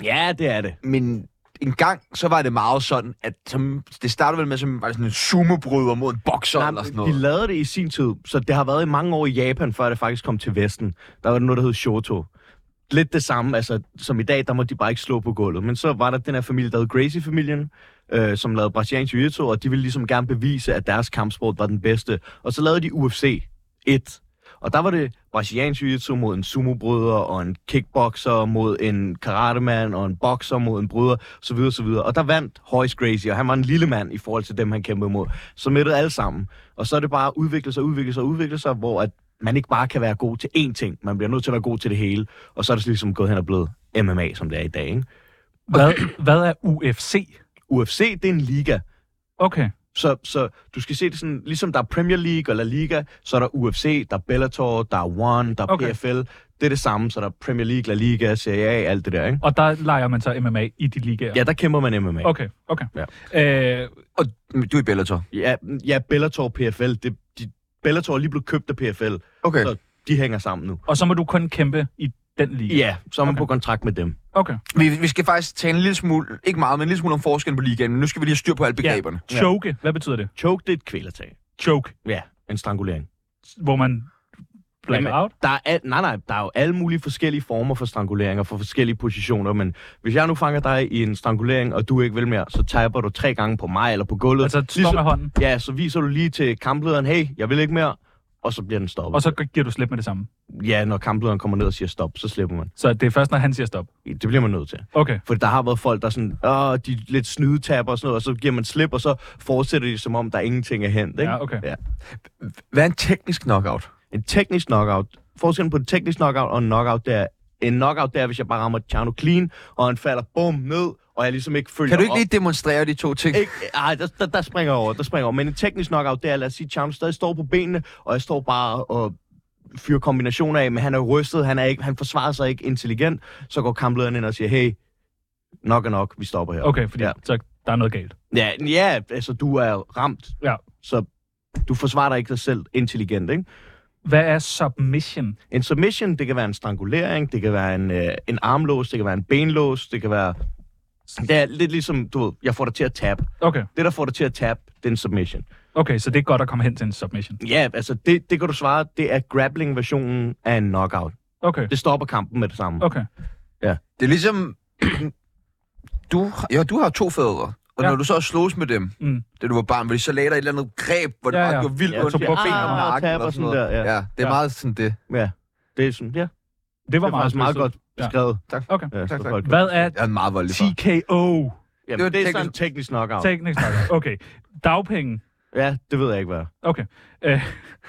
Speaker 3: Ja, det er det.
Speaker 1: Men en gang, så var det meget sådan, at som, det startede vel med, som var det sådan en sumobryder mod en bokser
Speaker 3: Nej,
Speaker 1: eller sådan
Speaker 3: de
Speaker 1: noget.
Speaker 3: lavede det i sin tid, så det har været i mange år i Japan, før det faktisk kom til Vesten. Der var noget, der hed Shoto. Lidt det samme, altså som i dag, der må de bare ikke slå på gulvet. Men så var der den her familie, der hed Gracie-familien, øh, som lavede brasiliansk jiu og de ville ligesom gerne bevise, at deres kampsport var den bedste. Og så lavede de UFC 1. Og der var det brasiliansk jiu mod en sumobryder, og en kickboxer mod en karatemand, og en bokser mod en bryder, så videre, så videre. Og der vandt Hoyce Gracie, og han var en lille mand i forhold til dem, han kæmpede mod. Så mættede alle sammen. Og så er det bare at udvikle sig, udvikle sig, udvikle sig, hvor at man ikke bare kan være god til én ting. Man bliver nødt til at være god til det hele. Og så er det ligesom gået hen og blevet MMA, som det er i dag. Ikke?
Speaker 4: Hvad, hvad er UFC?
Speaker 3: UFC, det er en liga.
Speaker 4: Okay.
Speaker 3: Så, så du skal se det sådan, ligesom der er Premier League og La Liga, så er der UFC, der er Bellator, der er One, der er
Speaker 4: Okay.
Speaker 3: okay. PFL. Det er det samme, så der er Premier League, La Liga, Serie A, alt det der, ikke?
Speaker 4: Og der leger man så MMA i de ligaer?
Speaker 3: Ja, der kæmper man MMA.
Speaker 4: Okay, okay.
Speaker 3: Ja.
Speaker 4: Øh,
Speaker 1: Og men du er i Bellator.
Speaker 3: Ja, ja Bellator, PFL, det, de, Bellator er lige blevet købt af PFL,
Speaker 1: Okay.
Speaker 3: så de hænger sammen nu.
Speaker 4: og så må du kun kæmpe i den liga?
Speaker 3: Ja, så er man
Speaker 4: Okay.
Speaker 3: okay. på kontrakt med dem.
Speaker 4: Okay.
Speaker 1: Vi, vi skal faktisk tale en lille smule, ikke meget, men en lille smule om forskellen på ligaen. Men nu skal vi lige have styr på alle begreberne.
Speaker 4: Ja. Choke. Hvad betyder det?
Speaker 3: Choke, det er et kvælertag.
Speaker 4: Choke.
Speaker 3: Ja, en strangulering.
Speaker 4: Hvor man black
Speaker 3: Jamen,
Speaker 4: out?
Speaker 3: Der er, al, nej, nej, der er jo alle mulige forskellige former for stranguleringer for forskellige positioner, men hvis jeg nu fanger dig i en strangulering, og du ikke vil mere, så taber du tre gange på mig eller på gulvet.
Speaker 4: Altså stå med
Speaker 3: Ligesom-
Speaker 4: hånden,
Speaker 3: Ja, så viser du lige til kamplederen, hey, jeg vil ikke mere, og så bliver den stoppet.
Speaker 4: og så giver du slip med det samme.
Speaker 3: Ja, når kamplederen kommer ned og siger stop, så slipper man.
Speaker 4: Så det er først, når han siger stop.
Speaker 3: Det bliver man nødt til.
Speaker 4: Okay.
Speaker 3: For der har været folk, der er sådan, åh, de er lidt snydetabber og sådan noget, og så giver man slip, og så fortsætter de, som om der ingenting er hent, ikke?
Speaker 4: Ja, okay.
Speaker 3: Ja.
Speaker 1: Hvad er en teknisk knockout?
Speaker 3: En teknisk knockout. Forskellen på en teknisk knockout og en knockout, det er, en knockout, det er, hvis jeg bare rammer Tjerno clean, og han falder bum ned, og jeg ligesom ikke følger
Speaker 1: Kan du ikke
Speaker 3: op.
Speaker 1: lige demonstrere de to ting?
Speaker 3: Ikke, ej, der, der, der, springer jeg over, der springer jeg over. Men en teknisk knockout, det er, lad os sige, Charm stadig står på benene, og jeg står bare og fyrer kombinationer af, men han er rystet, han, er ikke, han forsvarer sig ikke intelligent, så går kamplederen ind og siger, hey, nok er nok, vi stopper her.
Speaker 4: Okay, fordi
Speaker 3: Ja.
Speaker 4: så der er noget galt.
Speaker 3: Ja, ja, altså du er ramt,
Speaker 4: Ja.
Speaker 3: så du forsvarer dig ikke dig selv intelligent, ikke?
Speaker 4: Hvad er submission?
Speaker 3: En submission, det kan være en strangulering, det kan være en, øh, en armlås, det kan være en benlås, det kan være... Det er lidt ligesom, du ved, jeg får dig til at tab.
Speaker 4: Okay,
Speaker 3: Det, der får dig til at tab, det er en submission.
Speaker 4: okay, så det er godt at komme hen til en submission.
Speaker 3: Ja, altså det, det kan du svare, det er grappling-versionen af en knockout.
Speaker 4: Okay,
Speaker 3: Det stopper kampen med det samme.
Speaker 4: okay.
Speaker 1: Det er ligesom... <clears throat> Du, ja, du har to fædre, og
Speaker 4: Ja.
Speaker 1: ja. når du så slås med dem,
Speaker 4: Mm.
Speaker 1: da du var barn, hvor de så lagde dig et eller andet greb, hvor det
Speaker 4: Ja,
Speaker 1: bare
Speaker 4: ja.
Speaker 1: gjorde vildt
Speaker 3: Ja,
Speaker 1: ondt
Speaker 4: tog
Speaker 1: i
Speaker 4: på
Speaker 1: benene
Speaker 4: benene.
Speaker 1: og
Speaker 3: Ah,
Speaker 1: nakken
Speaker 3: tab
Speaker 1: og
Speaker 3: og
Speaker 1: sådan
Speaker 3: sådan
Speaker 1: noget.
Speaker 3: der, ja.
Speaker 1: ja. det er
Speaker 4: Ja.
Speaker 1: meget sådan det.
Speaker 3: Ja, det er sådan, ja. Det
Speaker 4: Det var
Speaker 3: er
Speaker 4: meget,
Speaker 3: faktisk meget godt
Speaker 4: Ja.
Speaker 3: beskrevet.
Speaker 1: Tak.
Speaker 4: Okay.
Speaker 3: Ja,
Speaker 1: tak.
Speaker 3: så folk-
Speaker 4: Hvad er
Speaker 1: Jeg er en meget voldelig far.
Speaker 4: TKO?
Speaker 3: Jamen,
Speaker 1: Det var
Speaker 3: det, er
Speaker 1: teknisk-
Speaker 3: sådan en teknisk knockout.
Speaker 4: Teknisk nok. Okay. Dagpenge.
Speaker 3: Ja, det ved jeg ikke, hvad er.
Speaker 4: Okay. Øh,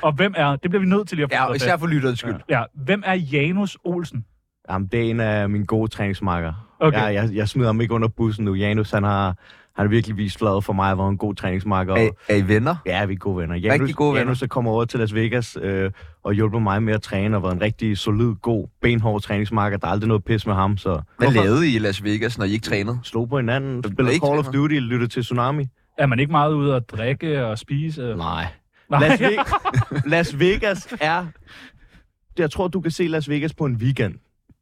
Speaker 4: og hvem er... Det bliver vi nødt til lige at få
Speaker 1: Ja,
Speaker 4: ud
Speaker 1: og
Speaker 4: af.
Speaker 1: især for lytterens skyld.
Speaker 4: Ja, hvem er Janus Olsen?
Speaker 3: Jamen, det er en af mine gode træningsmarker.
Speaker 4: Okay.
Speaker 3: Okay. Jeg, jeg, jeg smider ham ikke under bussen nu. Janus, han har, han har virkelig vist flad for mig, hvor han er en god træningsmarker.
Speaker 1: Er,
Speaker 3: Og,
Speaker 1: er I venner?
Speaker 3: ja, vi er gode venner. Janus,
Speaker 1: Rigtig gode venner.
Speaker 3: Janus er kommet over til Las Vegas øh, og hjulpet mig med at træne, og været en rigtig solid, god, benhård træningsmarker. Der er aldrig noget pis med ham, så
Speaker 1: Hvad lavede I i Las Vegas, når I ikke trænede?
Speaker 3: slog på hinanden,
Speaker 1: Du er
Speaker 3: spillede
Speaker 1: ikke
Speaker 3: Call of
Speaker 1: træner.
Speaker 3: Duty, lyttede til Tsunami.
Speaker 4: Er man ikke meget ude at drikke og spise?
Speaker 3: Nej.
Speaker 4: Nej.
Speaker 3: Las, Ve- Las Vegas er... Jeg tror, du kan se Las Vegas på en weekend.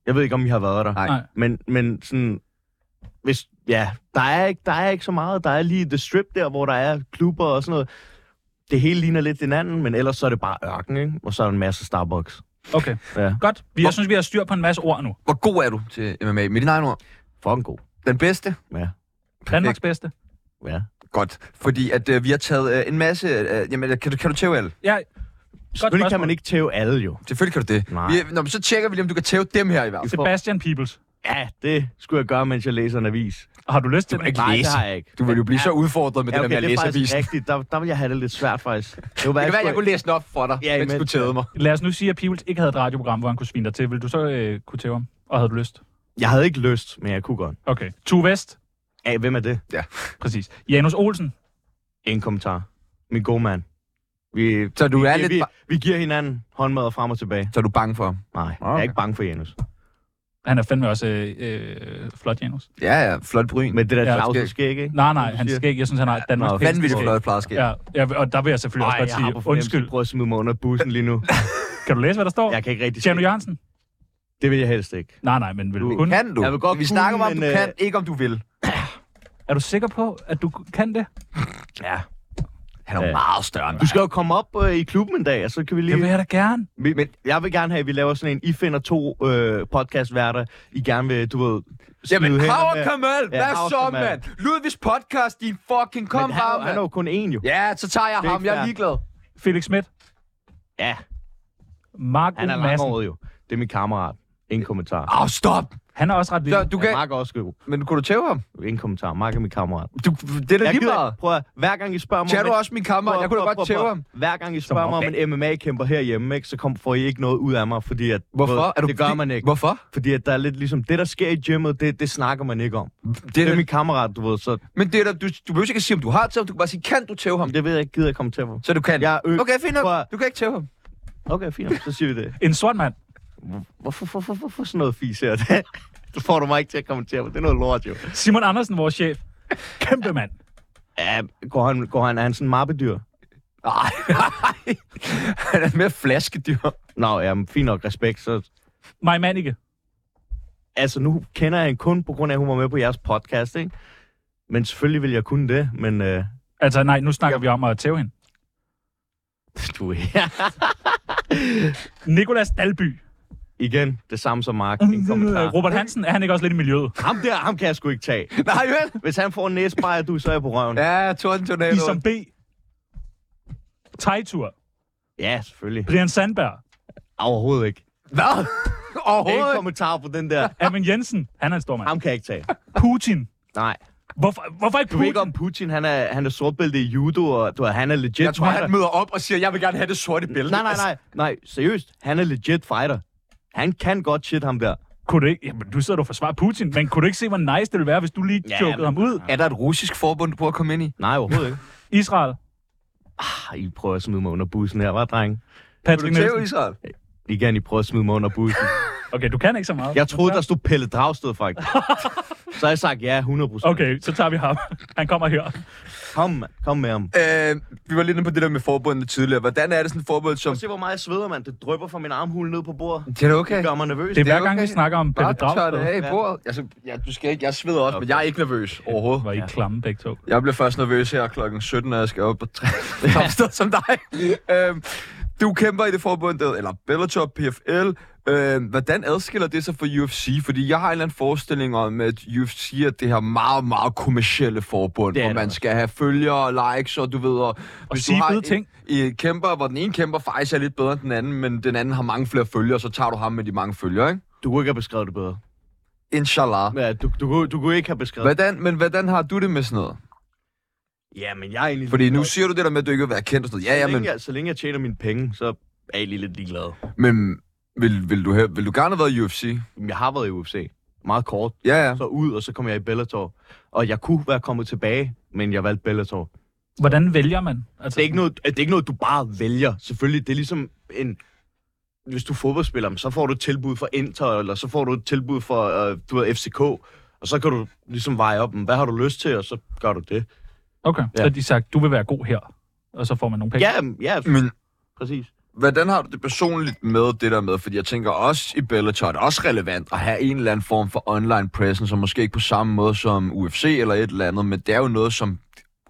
Speaker 3: Jeg ved ikke, om I har været der.
Speaker 4: Nej.
Speaker 3: Men, men sådan... Hvis, ja, der er, ikke, der er ikke så meget. Der er lige The Strip der, hvor der er klubber og sådan noget. Det hele ligner lidt hinanden, men ellers så er det bare ørken, ikke? Og så er der en masse Starbucks.
Speaker 4: Okay,
Speaker 3: Ja.
Speaker 4: godt. Vi, jeg synes, vi har styr på en masse ord nu.
Speaker 1: Hvor god er du til MMA? Med dine egne ord.
Speaker 3: Fucking god.
Speaker 1: Den bedste?
Speaker 3: Ja.
Speaker 4: Danmarks bedste.
Speaker 3: Ja.
Speaker 1: Godt. Fordi at øh, vi har taget øh, en masse... Øh, jamen, øh, kan du, kan du tæve alle?
Speaker 4: Ja,
Speaker 3: Selvfølgelig kan
Speaker 4: spørgsmål.
Speaker 3: man ikke tæve alle jo.
Speaker 1: Selvfølgelig kan du det.
Speaker 3: Nej.
Speaker 1: Vi, nå, men så tjekker vi lige, om du kan tæve dem her i hvert fald.
Speaker 4: Sebastian Peebles.
Speaker 3: Ja, det skulle jeg gøre, mens jeg læser en avis.
Speaker 4: Har du lyst til det?
Speaker 3: Nej, det har jeg ikke.
Speaker 1: Du vil jo blive så udfordret med
Speaker 3: Ja,
Speaker 1: det
Speaker 3: okay,
Speaker 1: der med at læse
Speaker 3: det er faktisk
Speaker 1: avisen. Det
Speaker 3: rigtigt. Der, der vil jeg have det lidt svært, faktisk. Det, kunne
Speaker 1: kan være, <laughs> jeg kunne læse den op for dig,
Speaker 3: Ja,
Speaker 1: mens
Speaker 3: imens,
Speaker 1: du tævede
Speaker 3: ja.
Speaker 1: mig.
Speaker 4: Lad os nu sige, at Peebles ikke havde et radioprogram, hvor han kunne svine dig til. Vil du så øh, kunne tæve ham? Og havde du lyst?
Speaker 3: jeg havde ikke lyst, men jeg kunne godt.
Speaker 4: Okay. Tu Vest.
Speaker 3: Af, hvem er det?
Speaker 4: Præcis. Janus Olsen.
Speaker 3: En kommentar. Min gode mand. Vi,
Speaker 1: Så du
Speaker 3: vi,
Speaker 1: er
Speaker 3: vi,
Speaker 1: lidt...
Speaker 3: vi,
Speaker 1: ba-
Speaker 3: vi giver hinanden håndmad frem og tilbage.
Speaker 1: Så er du bange for ham?
Speaker 3: Nej, okay. jeg
Speaker 1: Okay.
Speaker 3: er ikke bange for Janus.
Speaker 4: Han er fandme også øh, øh, flot, Janus.
Speaker 1: Ja, ja. Flot bryn.
Speaker 3: Men det der
Speaker 4: Ja,
Speaker 3: ja,
Speaker 1: skæg.
Speaker 3: Claus skæg, ikke?
Speaker 4: Nej, nej, han
Speaker 3: siger-
Speaker 4: skal ikke. Jeg synes, han har Danmarks
Speaker 3: nå,
Speaker 4: bedste
Speaker 1: Vanvittigt
Speaker 4: skæg.
Speaker 1: flot pladskab.
Speaker 4: Ja, ja, og der vil jeg selvfølgelig også
Speaker 3: Ej,
Speaker 4: godt
Speaker 3: jeg har på
Speaker 4: sige,
Speaker 3: fornemmelsen,
Speaker 4: undskyld.
Speaker 3: du prøver at smide mig under bussen lige <laughs> nu.
Speaker 4: Kan du læse, hvad der står?
Speaker 3: Jeg kan ikke rigtig
Speaker 4: Tjerno
Speaker 3: se.
Speaker 4: Jørgensen?
Speaker 3: Det vil jeg helst ikke.
Speaker 4: Nej, nej, men vil du
Speaker 3: Du-
Speaker 4: kun...
Speaker 1: Kan du?
Speaker 3: Jeg vil godt
Speaker 1: vi
Speaker 3: kunne,
Speaker 1: snakker om,
Speaker 3: men,
Speaker 1: du
Speaker 3: øh,
Speaker 1: kan, ikke om du vil.
Speaker 4: Er du sikker på, at du kan det?
Speaker 3: Ja.
Speaker 1: Han er
Speaker 3: Ja.
Speaker 1: meget større end
Speaker 3: Du skal jo komme op øh, i klubben en dag, og så kan vi
Speaker 4: Det
Speaker 3: lige...
Speaker 4: vil jeg da gerne.
Speaker 3: Vi, men jeg vil gerne have, at vi laver sådan en, I finder to øh, podcastværter, I gerne vil, du ved, smide
Speaker 1: Jamen,
Speaker 3: hen
Speaker 1: Havre
Speaker 3: med.
Speaker 1: Kamal,
Speaker 3: Ja,
Speaker 1: hvad
Speaker 3: Hav
Speaker 1: så,
Speaker 3: Kamal.
Speaker 1: mand? Ludvigs podcast, din fucking kom
Speaker 3: Men han, han er
Speaker 1: ham,
Speaker 3: jo kun én jo.
Speaker 1: Ja, så tager jeg
Speaker 3: Det er
Speaker 1: ham,
Speaker 3: ikke
Speaker 1: jeg er
Speaker 3: fair.
Speaker 1: ligeglad.
Speaker 4: Felix Schmidt.
Speaker 3: Ja,
Speaker 4: Mark
Speaker 3: han er
Speaker 4: O. Madsen.
Speaker 3: langhåret jo. Det er min kammerat. Ingen kommentar.
Speaker 1: Åh, oh, stop!
Speaker 4: Han er også ret lille.
Speaker 1: Så, du
Speaker 3: Okay. Ja,
Speaker 1: kan...
Speaker 3: Mark er også god.
Speaker 1: Men kunne du tæve ham?
Speaker 3: Ingen kommentar. Mark er min kammerat.
Speaker 1: Du, det er da
Speaker 3: Jeg
Speaker 1: lige
Speaker 3: gider,
Speaker 1: meget.
Speaker 3: ikke- prøv at, hver gang I spørger mig...
Speaker 1: Tjern
Speaker 3: om
Speaker 1: du
Speaker 3: et-
Speaker 1: også min kammer?
Speaker 3: prøv-
Speaker 1: Jeg kunne da
Speaker 3: prøv-
Speaker 1: godt
Speaker 3: prøv-
Speaker 1: tæve
Speaker 3: prøv-
Speaker 1: ham.
Speaker 3: Hver gang I spørger mig om en MMA-kæmper herhjemme, ikke, så kom, får I ikke noget ud af mig, fordi at...
Speaker 1: Hvorfor?
Speaker 3: Er du, det gør man ikke.
Speaker 1: Hvorfor?
Speaker 3: Fordi at der er lidt ligesom, det der sker i gymmet, det, det snakker man ikke om.
Speaker 1: Det
Speaker 3: Det
Speaker 1: er
Speaker 3: er
Speaker 1: da,
Speaker 3: min kammerat, du ved, så
Speaker 1: men det er da, du, du behøver ikke at sige, om du har tævet ham. Du kan bare sige, kan du tæve ham?
Speaker 3: det ved jeg ikke, gider jeg komme til på.
Speaker 1: Så du kan.
Speaker 3: Jeg er ø-
Speaker 1: Okay, fint
Speaker 3: Prøv at-
Speaker 1: nok. Du kan ikke tæve ham.
Speaker 3: Okay, fint, så siger vi det.
Speaker 4: En sort mand.
Speaker 3: Hvorfor, hvorfor, hvorfor sådan noget fis her? <laughs> Det får du mig ikke til at kommentere på. Det er noget lort, jo.
Speaker 4: Simon Andersen, vores chef. Kæmpe mand.
Speaker 3: Ja, går han, går han, er han sådan en mappedyr?
Speaker 1: Nej, nej. Han er mere flaskedyr.
Speaker 3: Nå, ja, men fint nok respekt. Så,
Speaker 4: Maj Manike.
Speaker 3: altså, nu kender jeg hende kun på grund af, at hun var med på jeres podcast, ikke? Men selvfølgelig vil jeg kunne det, men øh, <laughs>
Speaker 4: Altså, nej, nu snakker vi om at tæve hende.
Speaker 3: du er
Speaker 4: Nikolas Dalby. Mm,
Speaker 3: Igen, det samme som
Speaker 4: <laughs>
Speaker 3: Mark. Ingen kommentar.
Speaker 4: Robert Hansen, er han ikke også lidt i miljøet?
Speaker 3: Ham der, ham kan jeg sgu ikke tage.
Speaker 1: Nej, vel?
Speaker 3: Hvis han får en næsbrejer, du, så er jeg på røven. Ja,
Speaker 1: Ja, torden tornado.
Speaker 4: Isam Ligesom B. Tejtur.
Speaker 3: ja selvfølgelig.
Speaker 4: Brian Sandberg.
Speaker 3: Overhovedet ikke.
Speaker 1: Hvad?
Speaker 3: Ingen
Speaker 1: Overhovedet.
Speaker 3: kommentar på den der.
Speaker 4: Erwin Jensen. Han er en stor mand.
Speaker 3: Ham kan jeg ikke tage.
Speaker 4: Putin.
Speaker 3: Nej.
Speaker 4: Hvorfor, hvorfor ikke
Speaker 3: Du ved ikke
Speaker 4: Putin?
Speaker 3: om Putin, han er, han er sortbælte i judo, og du, ved, han er legit
Speaker 1: Jeg tror,
Speaker 3: fighter.
Speaker 1: han møder op og siger, jeg vil gerne have det sorte bælte.
Speaker 3: Nej, nej, nej, nej, seriøst. Han er legit fighter. Han kan godt shit, ham der.
Speaker 4: Kunne du ikke... Jamen, du sidder du og forsvarer Putin, men kunne du ikke se, hvor nice det ville være, hvis du lige
Speaker 3: Ja,
Speaker 4: ja, jokede ham
Speaker 3: men-
Speaker 4: ud?
Speaker 1: Altså, Er der et russisk forbund, du prøver at komme ind i?
Speaker 3: Nej, overhovedet ikke.
Speaker 4: Israel.
Speaker 3: Ah, I prøver at smide mig under bussen her, var dreng?
Speaker 1: Vil
Speaker 4: Patrick
Speaker 1: du tæve
Speaker 4: Nielsen.
Speaker 1: Israel?
Speaker 3: Igen, I prøver at smide mig under bussen.
Speaker 4: Okay, du kan ikke så meget.
Speaker 3: Jeg troede, der stod Pelle Dragsted, faktisk. Så har jeg sagt ja, 100%.
Speaker 4: Okay, så tager vi ham. Han kommer her.
Speaker 3: Kom, mand. kom med ham.
Speaker 1: Øh, vi var lidt inde på det der med forbundet tidligere. Hvordan er det sådan et forbund, som...
Speaker 3: Prøv at se, hvor meget jeg sveder, mand. Det drøber fra min armhule ned på bordet.
Speaker 1: Det er da okay.
Speaker 3: Det gør mig nervøs.
Speaker 4: Det er hver
Speaker 1: okay.
Speaker 4: gang, vi snakker om Pelle
Speaker 1: Bare tør
Speaker 4: Dragsted.
Speaker 1: det af i bordet. Altså, ja, du skal ikke. Jeg sveder også, okay. men jeg er ikke nervøs overhovedet.
Speaker 4: Var I klamme begge to?
Speaker 1: Jeg bliver først nervøs her klokken 17, når jeg skal op og
Speaker 3: <laughs>
Speaker 1: træne sted som dig. øhm, du kæmper i det forbundet, eller Bellator, PFL. Øhm, hvordan adskiller det sig fra UFC? Fordi jeg har en eller anden forestilling om, at UFC er det her meget, meget kommercielle forbund,
Speaker 3: Det er
Speaker 1: hvor
Speaker 3: det
Speaker 1: man
Speaker 3: også.
Speaker 1: skal have følgere og likes, og du ved... Og, og
Speaker 4: sige fede ting.
Speaker 1: I kæmper, hvor den ene kæmper faktisk er lidt bedre end den anden, men den anden har mange flere følgere, så tager du ham med de mange følgere, ikke?
Speaker 3: Du kunne ikke have beskrevet det bedre.
Speaker 1: Inshallah.
Speaker 3: Ja, du, du, kunne, du kunne ikke have beskrevet det.
Speaker 1: Hvordan, men hvordan har du det med sådan noget?
Speaker 3: Ja, men jeg er egentlig...
Speaker 1: Fordi nu siger du det der med, at du ikke vil være kendt og sådan noget. Ja,
Speaker 3: så,
Speaker 1: ja,
Speaker 3: længe
Speaker 1: men...
Speaker 3: jeg, så længe jeg tjener mine penge, så er jeg lige lidt ligeglad.
Speaker 1: Men vil, vil, du have, vil du gerne have været i UFC?
Speaker 3: Jamen, Jeg har været i UFC. Meget kort.
Speaker 1: Ja, ja.
Speaker 3: Så ud, og så kom jeg i Bellator. Og jeg kunne være kommet tilbage, men jeg valgte Bellator.
Speaker 4: Hvordan vælger man? Altså,
Speaker 3: Det er ikke noget, det er ikke noget du bare vælger. Selvfølgelig, det er ligesom en... Hvis du er fodboldspiller, så får du et tilbud fra Inter, eller så får du et tilbud fra øh, du ved, FCK. Og så kan du ligesom veje op, hvad har du lyst til, og så gør du det.
Speaker 4: Okay, ja. så
Speaker 3: Ja.
Speaker 4: har de sagt, du vil være god her. og så får man nogle penge.
Speaker 3: Ja, ja,
Speaker 1: Men
Speaker 3: præcis.
Speaker 1: hvordan har du det personligt med det der med? Fordi jeg tænker også i Bellator er det også relevant at have en eller anden form for online presence, som måske ikke på samme måde som UFC eller et eller andet, men det er jo noget, som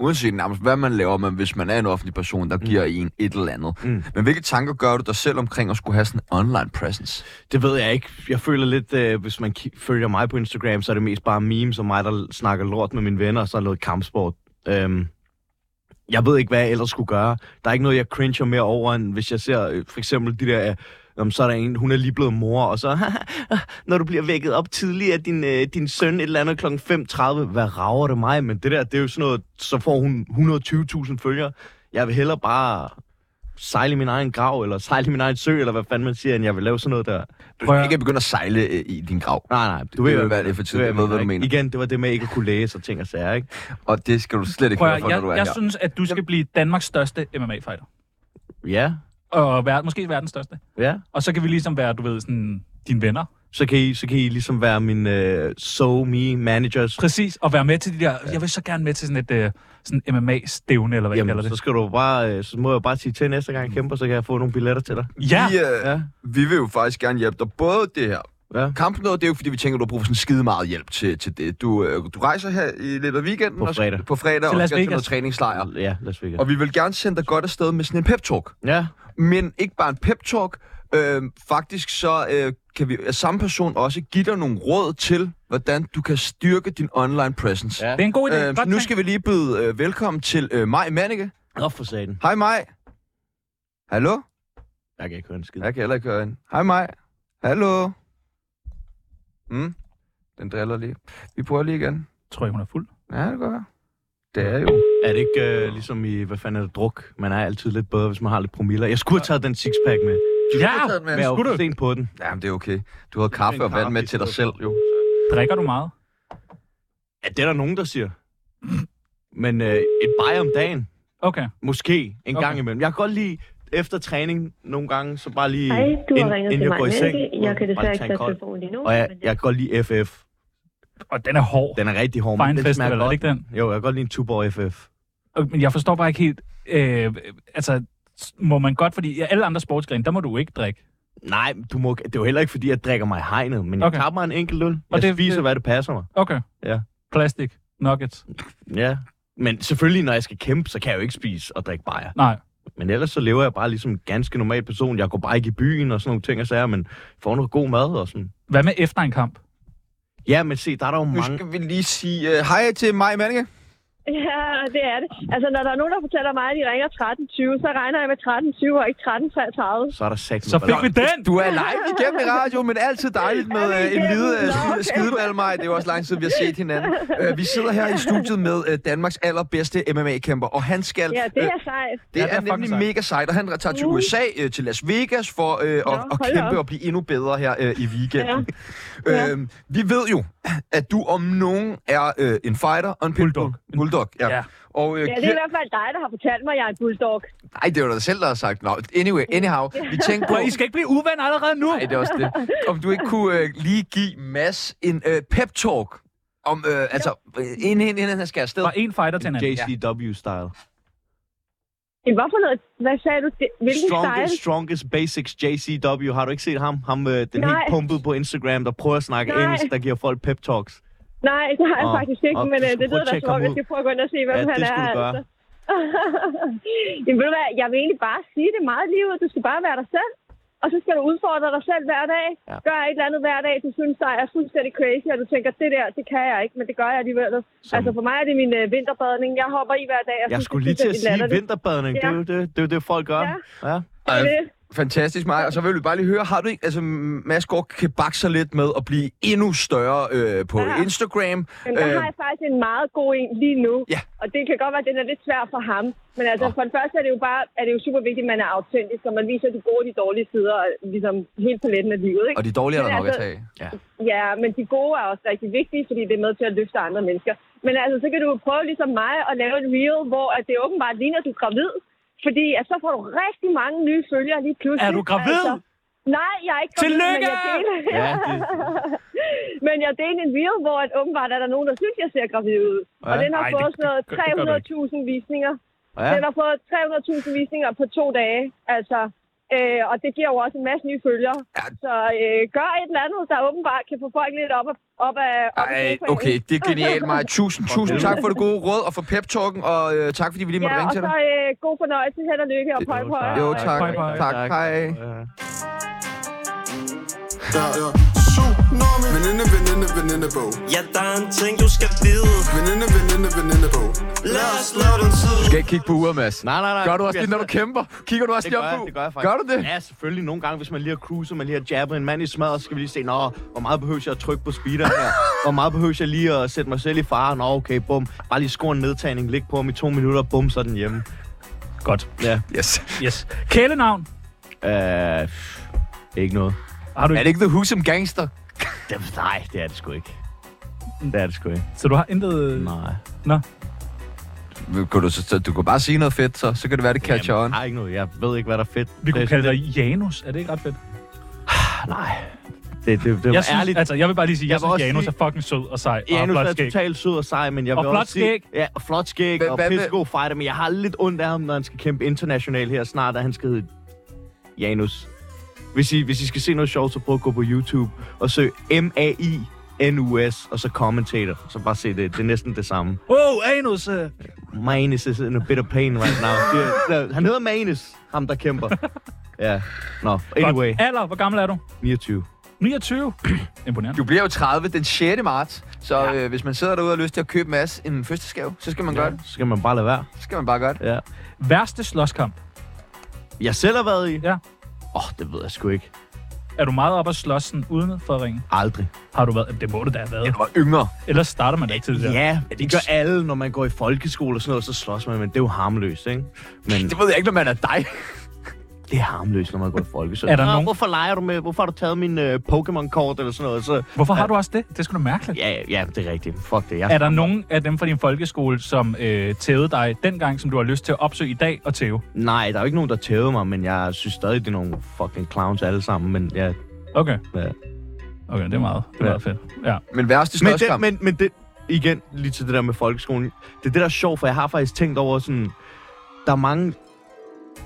Speaker 1: uanset nærmest hvad man laver, men hvis man er en offentlig person,
Speaker 4: Mm.
Speaker 1: der giver en et eller andet.
Speaker 3: Mm.
Speaker 1: Men hvilke tanker gør du dig selv omkring at skulle have sådan en online presence?
Speaker 3: Det ved jeg ikke. Jeg føler lidt, øh, hvis man ki- følger mig på Instagram, så er det mest bare memes og mig, der l- snakker lort med mine venner, og så er noget kampsport. Øhm, jeg ved ikke, hvad jeg ellers skulle gøre. Der er ikke noget, jeg cringer mere over, end hvis jeg ser øh, for eksempel de der... Øh, om så er der en, hun er lige blevet mor, og så, <laughs> når du bliver vækket op tidligt af din, øh, din søn et eller andet kl. 5.30, hvad rager det mig? Men det der, det er jo sådan noget, så får hun 120.000 følgere. Jeg vil hellere bare sejle i min egen grav, eller sejle i min egen sø, eller hvad fanden man siger, end jeg vil lave sådan noget der.
Speaker 1: Du
Speaker 4: Prøv
Speaker 1: skal
Speaker 4: at-
Speaker 1: ikke begynde at sejle øh, i din grav.
Speaker 3: Nej, nej. Du
Speaker 1: ved,
Speaker 3: hvad
Speaker 1: hvad det er for tid. Jeg ved, hvad du mener.
Speaker 3: Igen, det var det med ikke at kunne læse og ting og sager, ikke?
Speaker 1: Og det skal du slet ikke
Speaker 4: Prøv
Speaker 1: høre
Speaker 4: at,
Speaker 1: for, når
Speaker 4: jeg,
Speaker 1: du er
Speaker 4: jeg,
Speaker 1: her.
Speaker 4: synes, at du skal blive Danmarks største MMA-fighter.
Speaker 3: Ja,
Speaker 4: Og vær, måske verdens største.
Speaker 3: ja.
Speaker 4: Og så kan vi ligesom være, du ved, sådan dine venner.
Speaker 3: Så kan I, så kan I ligesom være min uh, so-me managers.
Speaker 4: Præcis, og være med til de der... Jeg vil så gerne med til sådan et øh, sådan MMA-stævne, eller hvad Jamen,
Speaker 3: Jamen,
Speaker 4: kalder
Speaker 3: så
Speaker 4: det.
Speaker 3: skal du bare, øh, så må jeg bare sige til næste gang jeg kæmper, så kan jeg få nogle billetter til dig.
Speaker 4: Ja,
Speaker 1: Vi, øh,
Speaker 3: Ja.
Speaker 1: vi vil jo faktisk gerne hjælpe dig. Både det her
Speaker 3: Ja.
Speaker 1: kampen noget, det er jo fordi, vi tænker, du har brug for sådan skide meget hjælp til, til det. Du, øh, du rejser her i løbet af weekenden.
Speaker 3: På
Speaker 1: og skal-
Speaker 3: fredag.
Speaker 1: på fredag
Speaker 4: Til
Speaker 1: og
Speaker 4: Las
Speaker 1: skal til
Speaker 4: Vegas.
Speaker 1: noget træningslejr.
Speaker 3: Ja, Las Vegas.
Speaker 1: Og vi vil gerne sende dig godt afsted med sådan en pep-talk.
Speaker 3: Ja,
Speaker 1: Men ikke bare en pep-talk. Øh, faktisk så øh, kan vi af samme person også give dig nogle råd til, hvordan du kan styrke din online presence.
Speaker 3: Ja.
Speaker 4: det er en god idé.
Speaker 1: Øh, så
Speaker 4: Godt
Speaker 1: nu
Speaker 4: tænkt.
Speaker 1: skal vi lige byde øh, velkommen til øh, Maj Manneke.
Speaker 3: op for satan.
Speaker 1: Hej Maj. Hallo?
Speaker 3: Jeg kan ikke høre en skid.
Speaker 1: Jeg kan heller ikke høre hende. Hej mig. Hallo. Mm. Den driller lige. Vi prøver lige igen.
Speaker 4: Tror jeg, hun er fuld.
Speaker 1: Ja, det kan godt være. Det er jo.
Speaker 3: Er det ikke uh, ligesom i, hvad fanden er det, druk? Man er altid lidt bedre, hvis man har lidt promiller. Jeg skulle have taget den sixpack med,
Speaker 4: Ja,
Speaker 3: men jeg var
Speaker 4: skulle
Speaker 3: for
Speaker 4: du?
Speaker 3: sent på den.
Speaker 1: Jamen, det er okay. Du havde kaffe og vand med til dig selv, jo.
Speaker 4: Drikker du meget?
Speaker 3: Ja, det er der nogen, der siger. Men øh, et bajer om dagen,
Speaker 4: Okay.
Speaker 3: Måske en
Speaker 4: Okay.
Speaker 3: okay. gang imellem. Jeg kan godt lide efter træning nogle gange, så bare lige
Speaker 10: Hej, du har ringet
Speaker 3: inden
Speaker 10: til
Speaker 3: jeg
Speaker 10: mig,
Speaker 3: går i seng.
Speaker 10: Mette. Jeg
Speaker 3: bare
Speaker 10: kan
Speaker 3: lige
Speaker 10: desværre
Speaker 3: tage
Speaker 10: ikke
Speaker 3: en
Speaker 10: tage
Speaker 3: kold.
Speaker 10: telefonen lige nu.
Speaker 3: Og jeg,
Speaker 10: men
Speaker 3: jeg kan godt lide FF.
Speaker 4: Og den er hård.
Speaker 3: Den er rigtig hård, men
Speaker 4: Fine
Speaker 3: den smager
Speaker 4: Festival, er det
Speaker 3: godt.
Speaker 4: ikke den?
Speaker 3: Jo, jeg kan godt lide en Tuborg FF.
Speaker 4: Og- Men jeg forstår bare ikke helt... Øh, altså, s- må man godt, fordi ja, alle andre sportsgrene, der må du ikke drikke.
Speaker 3: Nej, du må, det er jo heller ikke, fordi jeg drikker mig i hegnet, men jeg
Speaker 4: Okay.
Speaker 3: okay. tager mig en enkelt øl. Jeg
Speaker 4: Og
Speaker 3: og
Speaker 4: det-
Speaker 3: det, spiser,
Speaker 4: det-
Speaker 3: det... hvad det passer mig.
Speaker 4: Okay.
Speaker 3: Ja.
Speaker 4: Plastik. Nuggets.
Speaker 3: Ja. Men selvfølgelig, når jeg skal kæmpe, så kan jeg jo ikke spise og drikke bajer.
Speaker 4: Nej.
Speaker 3: Men ellers så lever jeg bare ligesom en ganske normal person. Jeg går bare ikke i byen og sådan nogle ting og sager, men får noget god mad og sådan.
Speaker 4: Hvad med efter en kamp?
Speaker 3: Ja, men se, der er der jo
Speaker 1: Nu
Speaker 3: mange...
Speaker 1: skal vi lige sige øh, hej til Maj Manneke.
Speaker 10: <laughs> Ja, det er det. Altså, når der er nogen, der fortæller mig, at de ringer 13.20, så regner jeg med 13.20 og ikke 13.33.
Speaker 3: Så er der sat
Speaker 4: Så fik vi den!
Speaker 1: Du er live igennem i radio, men altid dejligt med øh, en hvide øh, skide- skideball, Maj. Det er jo også lang tid, vi har set hinanden. Øh, vi sidder her i studiet med øh, Danmarks allerbedste MMA-kæmper, og han skal...
Speaker 10: Ja, det er sejt.
Speaker 1: Det,
Speaker 4: Ja,
Speaker 1: ja,
Speaker 4: det
Speaker 1: det
Speaker 4: er
Speaker 1: er,
Speaker 4: fucking
Speaker 1: nemlig
Speaker 4: sejt.
Speaker 1: mega sejt, og han tager til
Speaker 10: Uh.
Speaker 1: USA, øh, til Las Vegas, for øh, at, at
Speaker 10: hold
Speaker 1: kæmpe
Speaker 10: op.
Speaker 1: og blive endnu bedre her øh, i weekenden. Ja.
Speaker 10: Ja.
Speaker 1: Øhm, vi ved jo, at du om nogen er øh, en fighter og en pitbull.
Speaker 4: Bulldog.
Speaker 1: Bulldog, ja.
Speaker 4: Ja.
Speaker 1: ja. Og, øh,
Speaker 10: Ja,
Speaker 1: ja,
Speaker 10: det er i hvert fald dig, der har fortalt mig, at jeg er en bulldog.
Speaker 1: Ej, det var dig selv, der har sagt. Nå, anyway, anyhow, vi tænkte på...
Speaker 4: Prøv, I skal ikke blive uven allerede nu!
Speaker 1: Nej, det er også det. Om du ikke kunne øh, lige give Mads en øh, pep-talk om, øh, altså, øh, inden, inden, inden han skal afsted.
Speaker 4: Fra en fighter til en anden.
Speaker 3: JCW-style.
Speaker 10: Men hvorfor noget? Hvad sagde du? Det- Hvilken
Speaker 3: strongest,
Speaker 10: style?
Speaker 3: strongest Basics JCW. Har du ikke set ham? Ham, øh, den
Speaker 10: Nej.
Speaker 3: helt pumpede på Instagram, der prøver at snakke
Speaker 10: Nej.
Speaker 3: engelsk, der giver folk pep talks.
Speaker 10: Nej, det har jeg
Speaker 3: Åh,
Speaker 10: faktisk ikke,
Speaker 3: åh,
Speaker 10: men
Speaker 3: du
Speaker 10: øh,
Speaker 3: skulle
Speaker 10: det
Speaker 3: prøve
Speaker 10: lyder
Speaker 3: at
Speaker 10: da
Speaker 3: tjekke
Speaker 10: som om,
Speaker 3: ham
Speaker 10: jeg
Speaker 3: ud.
Speaker 10: skal prøve at gå ind og se, hvem
Speaker 3: Ja,
Speaker 10: han
Speaker 3: det
Speaker 10: er. altså.
Speaker 3: skulle du gøre.
Speaker 10: <laughs> Jamen, ved du hvad, jeg vil egentlig bare sige det meget lige ud. Du skal bare være dig selv, og så skal du udfordre dig selv hver dag.
Speaker 3: Ja.
Speaker 10: Ja. Gør et eller andet hver dag, du synes, der er fuldstændig crazy, og du tænker, det der, det kan jeg ikke, men det gør jeg alligevel.
Speaker 3: Som-
Speaker 10: Altså, for mig er det min øh, vinterbadning. Jeg hopper i hver dag. og
Speaker 3: Jeg
Speaker 10: synes,
Speaker 3: skulle
Speaker 10: det
Speaker 3: lige til at
Speaker 10: fuldstændig
Speaker 3: sige
Speaker 10: latterligt.
Speaker 3: vinterbadning.
Speaker 10: Ja.
Speaker 3: Det er jo det, det, er jo det folk gør. Ja. ja.
Speaker 10: Det er
Speaker 1: Ej,
Speaker 10: det.
Speaker 3: Øh,
Speaker 1: Fantastisk, Maja. Og så vil vi bare lige høre, har du ikke... Altså, Mads Gård kan bakse sig lidt med at blive endnu større øh, på
Speaker 10: Ja.
Speaker 1: Instagram.
Speaker 10: Men der
Speaker 1: Øh,
Speaker 10: har jeg faktisk en meget god en lige nu.
Speaker 1: Ja.
Speaker 10: Og det kan godt være, at den er lidt svær for ham. Men altså, for det første er det jo bare er det jo super vigtigt, at man er autentisk, og man viser de gode og de dårlige sider, og ligesom hele paletten af livet. Ikke?
Speaker 1: Og de dårlige er der
Speaker 10: Men
Speaker 1: nok at
Speaker 10: altså-
Speaker 1: tage. Ja.
Speaker 10: Ja, men de gode er også rigtig vigtige, fordi det er med til at løfte andre mennesker. Men altså, så kan du jo prøve ligesom mig at lave en reel, hvor at det åbenbart ligner, at du er gravid. Fordi at så får du rigtig mange nye følgere lige pludselig. Altså,
Speaker 4: Er du gravid?
Speaker 10: nej, jeg er ikke gravid,
Speaker 4: Tillykke!
Speaker 10: men jeg deler...
Speaker 3: ja det,
Speaker 10: Men jeg delte en video, hvor at åbenbart er der nogen, der synes, jeg ser gravid ud. Ja. Og den har
Speaker 4: Ej,
Speaker 10: fået
Speaker 4: det-
Speaker 10: sådan noget
Speaker 4: det gør- det gør du
Speaker 10: 300.000 visninger. Ja. Den har fået 300.000 visninger på to dage, altså. Øh, og det giver jo også en masse nye følgere. Ja. Så øh, gør et eller andet, der åbenbart kan få folk lidt op, af- op af... Op af
Speaker 1: Ej,
Speaker 10: sofaen.
Speaker 1: okay, det er genialt, Maja. Tusind, tusind tak for det gode råd og for pep-talken, og øh, tak fordi vi lige måtte
Speaker 10: Ja,
Speaker 1: ringe
Speaker 10: og
Speaker 1: til
Speaker 10: så
Speaker 1: dig.
Speaker 10: øh, god fornøjelse. Held og lykke og pøj, pøj.
Speaker 1: Jo, tak. Tak, hej.
Speaker 3: Øh,
Speaker 8: Ja, ja. Tsunami. Veninde, veninde, venindebog.
Speaker 7: Ja, der er en ting, du skal vide.
Speaker 8: Veninde, veninde, venindebog.
Speaker 7: Lad os lave den tid.
Speaker 1: Du skal ikke kigge på uret, Mads.
Speaker 3: Nej, nej, nej.
Speaker 1: Gør du også det, når du kæmper? Kigger du også
Speaker 3: Det
Speaker 1: lige
Speaker 3: gør,
Speaker 1: op på
Speaker 3: jeg,
Speaker 1: uret?
Speaker 3: det gør jeg faktisk.
Speaker 1: Gør du det?
Speaker 3: Ja, selvfølgelig. Nogle gange, hvis man lige har cruiset, man lige har jabbet en mand i smadret, så skal vi lige se, nå, hvor meget behøver jeg at trykke på speederen her? Hvor meget behøver jeg lige at sætte mig selv i fare? Nå, okay, bum. Bare lige score en nedtagning, ligge på ham i to minutter, bum, så er den hjemme.
Speaker 4: Godt.
Speaker 3: Ja.
Speaker 1: Yes.
Speaker 4: Yes. Kælenavn?
Speaker 3: Øh, ikke noget.
Speaker 4: Har du
Speaker 1: Er
Speaker 4: ikke?
Speaker 1: det ikke The Husum Gangster?
Speaker 3: Det, nej, det er det sgu ikke. Det er det sgu ikke.
Speaker 4: Så du har intet...
Speaker 3: Nej.
Speaker 4: Nå.
Speaker 1: Kan du, så- så, du kan bare sige noget fedt, så, så kan det være, det catcher on.
Speaker 3: Nej, ikke noget. Jeg ved ikke, hvad der er fedt.
Speaker 4: Vi kunne
Speaker 3: det,
Speaker 4: kalde dig Janus. Er det ikke ret fedt?
Speaker 3: Nej. Det, det, det
Speaker 4: Jeg
Speaker 3: var
Speaker 4: synes,
Speaker 3: ærligt.
Speaker 4: altså, jeg vil bare lige sige,
Speaker 3: Jeg
Speaker 4: jeg, jeg
Speaker 3: vil også
Speaker 4: synes, Janus
Speaker 3: sige-
Speaker 4: er fucking sød og sej. og
Speaker 3: Janus
Speaker 4: flot
Speaker 3: er
Speaker 4: skæg.
Speaker 3: totalt sød og sej, men jeg
Speaker 4: Og
Speaker 3: vil
Speaker 4: flot
Speaker 3: også sige...
Speaker 4: skæg.
Speaker 3: Ja, og flot skæg.
Speaker 1: Hvad-
Speaker 3: og
Speaker 1: hvad med-
Speaker 3: pissegod fighter, men jeg har lidt ondt af ham, når han skal kæmpe internationalt her snart, at han skal hedde Janus. Hvis I, hvis I skal se noget sjovt, så prøv at gå på YouTube og søg M-A-I-N-U-S, og så commentator. Så bare se det. Det er næsten det samme.
Speaker 4: Åh, oh, Anus! øh.
Speaker 3: Manus is in a bit of pain right now. Det, det, han hedder Manus, ham der kæmper. Ja. Nå, anyway.
Speaker 4: Godt. Alder, hvor gammel er du?
Speaker 3: 29. <clears throat>
Speaker 4: 29. Imponerende.
Speaker 1: Du bliver jo 30 den 6. marts, så ja. øh, hvis man sidder derude og har lyst til at købe Mads en fødselsdagsgave, så skal man ja. gøre det.
Speaker 3: Så skal man bare lade være.
Speaker 1: Så skal man bare gøre det.
Speaker 3: Ja.
Speaker 4: Værste slåskamp?
Speaker 3: Jeg selv har været i?
Speaker 4: Ja.
Speaker 3: Åh, oh, det ved jeg sgu ikke.
Speaker 4: Er du meget op at slås sådan, uden for ringen?
Speaker 3: Aldrig.
Speaker 4: Har du været? Det må du da have været.
Speaker 1: Du var yngre.
Speaker 4: Ellers starter man da ikke til det der.
Speaker 3: Ja, det gør alle, når man går i folkeskole og sådan noget, så slås man, men det er jo harmløst, ikke? Men
Speaker 1: Det ved jeg ikke, når man er dig.
Speaker 3: det er harmløst, når man går i folkeskole.
Speaker 4: Er der
Speaker 3: Nå,
Speaker 4: nogen-
Speaker 3: Hvorfor leger du med? Hvorfor har du taget min øh, Pokémon-kort eller sådan noget? Så,
Speaker 4: Hvorfor har du også det? Det skulle sgu da mærkeligt.
Speaker 3: ja, ja, det er rigtigt. Fuck det. Jeg...
Speaker 4: Er der nogen af dem fra din folkeskole, som øh, tævede dig dengang, som du har lyst til at opsøge i dag og tæve?
Speaker 3: Nej, der er jo ikke nogen, der tævede mig, men jeg synes stadig, det er nogle fucking clowns alle sammen. Men ja,
Speaker 4: Okay.
Speaker 3: Ja.
Speaker 4: Okay, det er meget, det er
Speaker 3: Ja.
Speaker 4: meget fedt. Ja.
Speaker 1: Men værste
Speaker 3: men det,
Speaker 1: slåskamp.
Speaker 3: men, men det, igen, lige til det der med folkeskolen. Det er det, der er sjovt, for jeg har faktisk tænkt over sådan, der er mange,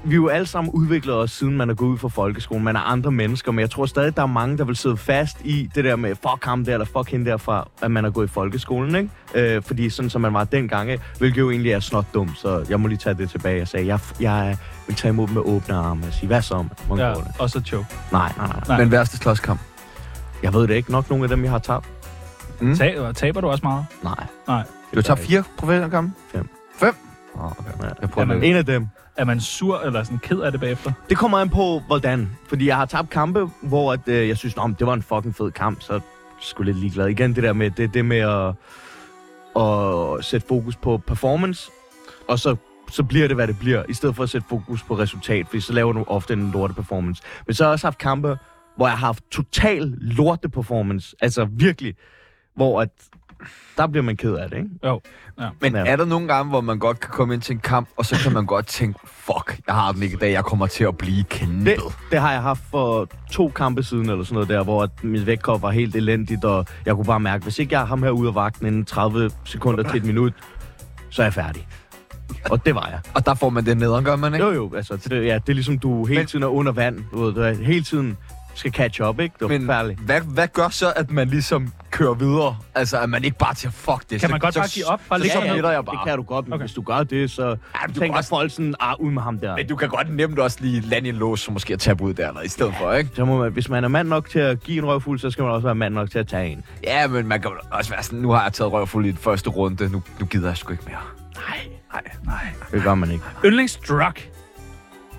Speaker 3: vi er jo alle sammen udviklet os, siden man er gået ud fra folkeskolen. Man er andre mennesker, men jeg tror stadig, der er mange, der vil sidde fast i det der med, fuck ham der, eller fuck hende der, fra, at man er gået i folkeskolen, ikke? Øh, fordi sådan, som man var dengang, ikke? hvilket jo egentlig er snot dum, så jeg må lige tage det tilbage. Jeg sagde, jeg, jeg vil tage imod dem med åbne arme og sige, hvad så, mand? Hvordan
Speaker 4: ja.
Speaker 3: går det?
Speaker 4: Og så choke.
Speaker 3: Nej, nej, nej.
Speaker 4: Nej.
Speaker 1: Men værste slåskamp.
Speaker 3: Jeg ved det ikke. Nok nogle af dem, jeg har tabt. Hmm?
Speaker 1: Mm.
Speaker 4: Ta- taber du også meget?
Speaker 3: Nej.
Speaker 4: Nej.
Speaker 1: Du har tabt fire professionelle
Speaker 3: Fem.
Speaker 1: Fem? Oh, okay.
Speaker 3: Ja.
Speaker 1: Jeg prøver
Speaker 4: Jamen,
Speaker 1: at
Speaker 3: En af dem.
Speaker 4: Er man sur eller sådan ked af det bagefter?
Speaker 3: Det kommer an på, hvordan. Fordi jeg har tabt kampe, hvor at, øh, jeg synes, at det var en fucking fed kamp, så er jeg sgu lidt ligeglad. Igen det der med, det, det med at, at sætte fokus på performance, og så, så bliver det, hvad det bliver, i stedet for at sætte fokus på resultat, fordi så laver du ofte en lorte performance. Men så har jeg også haft kampe, hvor jeg har haft total lorte performance, altså virkelig, hvor at, der bliver man ked af det, ikke?
Speaker 4: Jo.
Speaker 1: Men
Speaker 3: Ja.
Speaker 1: er der nogle gange, hvor man godt kan komme ind til en kamp, og så kan man godt tænke, fuck, jeg har den ikke i dag, jeg kommer til at blive kæmpet.
Speaker 3: Det, det har jeg haft for to kampe siden, eller sådan noget der, hvor at mit vægtkop var helt elendigt, og jeg kunne bare mærke, hvis ikke jeg har ham her ude af vagten inden 30 sekunder til et minut, så er jeg færdig. Og det var jeg.
Speaker 1: Og der får man den nederen, gør man ikke?
Speaker 3: Jo jo, altså, det, ja, det er ligesom, du hele
Speaker 1: Men-
Speaker 3: tiden er under vand, du ved, du er hele tiden skal catch up, ikke? Det var
Speaker 1: Men
Speaker 3: forfærdeligt.
Speaker 1: hvad, hvad gør så, at man ligesom kører videre? Altså, at man ikke bare til fuck det?
Speaker 4: Kan
Speaker 1: så,
Speaker 4: man godt
Speaker 1: så,
Speaker 4: bare give op? Bare
Speaker 1: Bare så,
Speaker 4: ligge
Speaker 1: så
Speaker 4: sig ned?
Speaker 1: smitter jeg
Speaker 3: Det
Speaker 1: bare.
Speaker 3: kan du godt, men
Speaker 4: Okay.
Speaker 3: okay. hvis du gør det, så
Speaker 1: Ja, men du
Speaker 3: tænker
Speaker 1: kan også-
Speaker 3: folk sådan, ah, ud med ham der.
Speaker 1: Men du kan godt nemt også lige lande i en lås, som måske er tabt ud der, eller i stedet for, ikke?
Speaker 3: Så må man, hvis man er mand nok til at give en røvfuld, så skal man også være mand nok til at tage en.
Speaker 1: Ja, men man kan vel også være sådan, nu har jeg taget røvfuld i den første runde, nu, nu gider jeg sgu ikke mere.
Speaker 3: Det gør man ikke.
Speaker 4: Yndlingsdrug.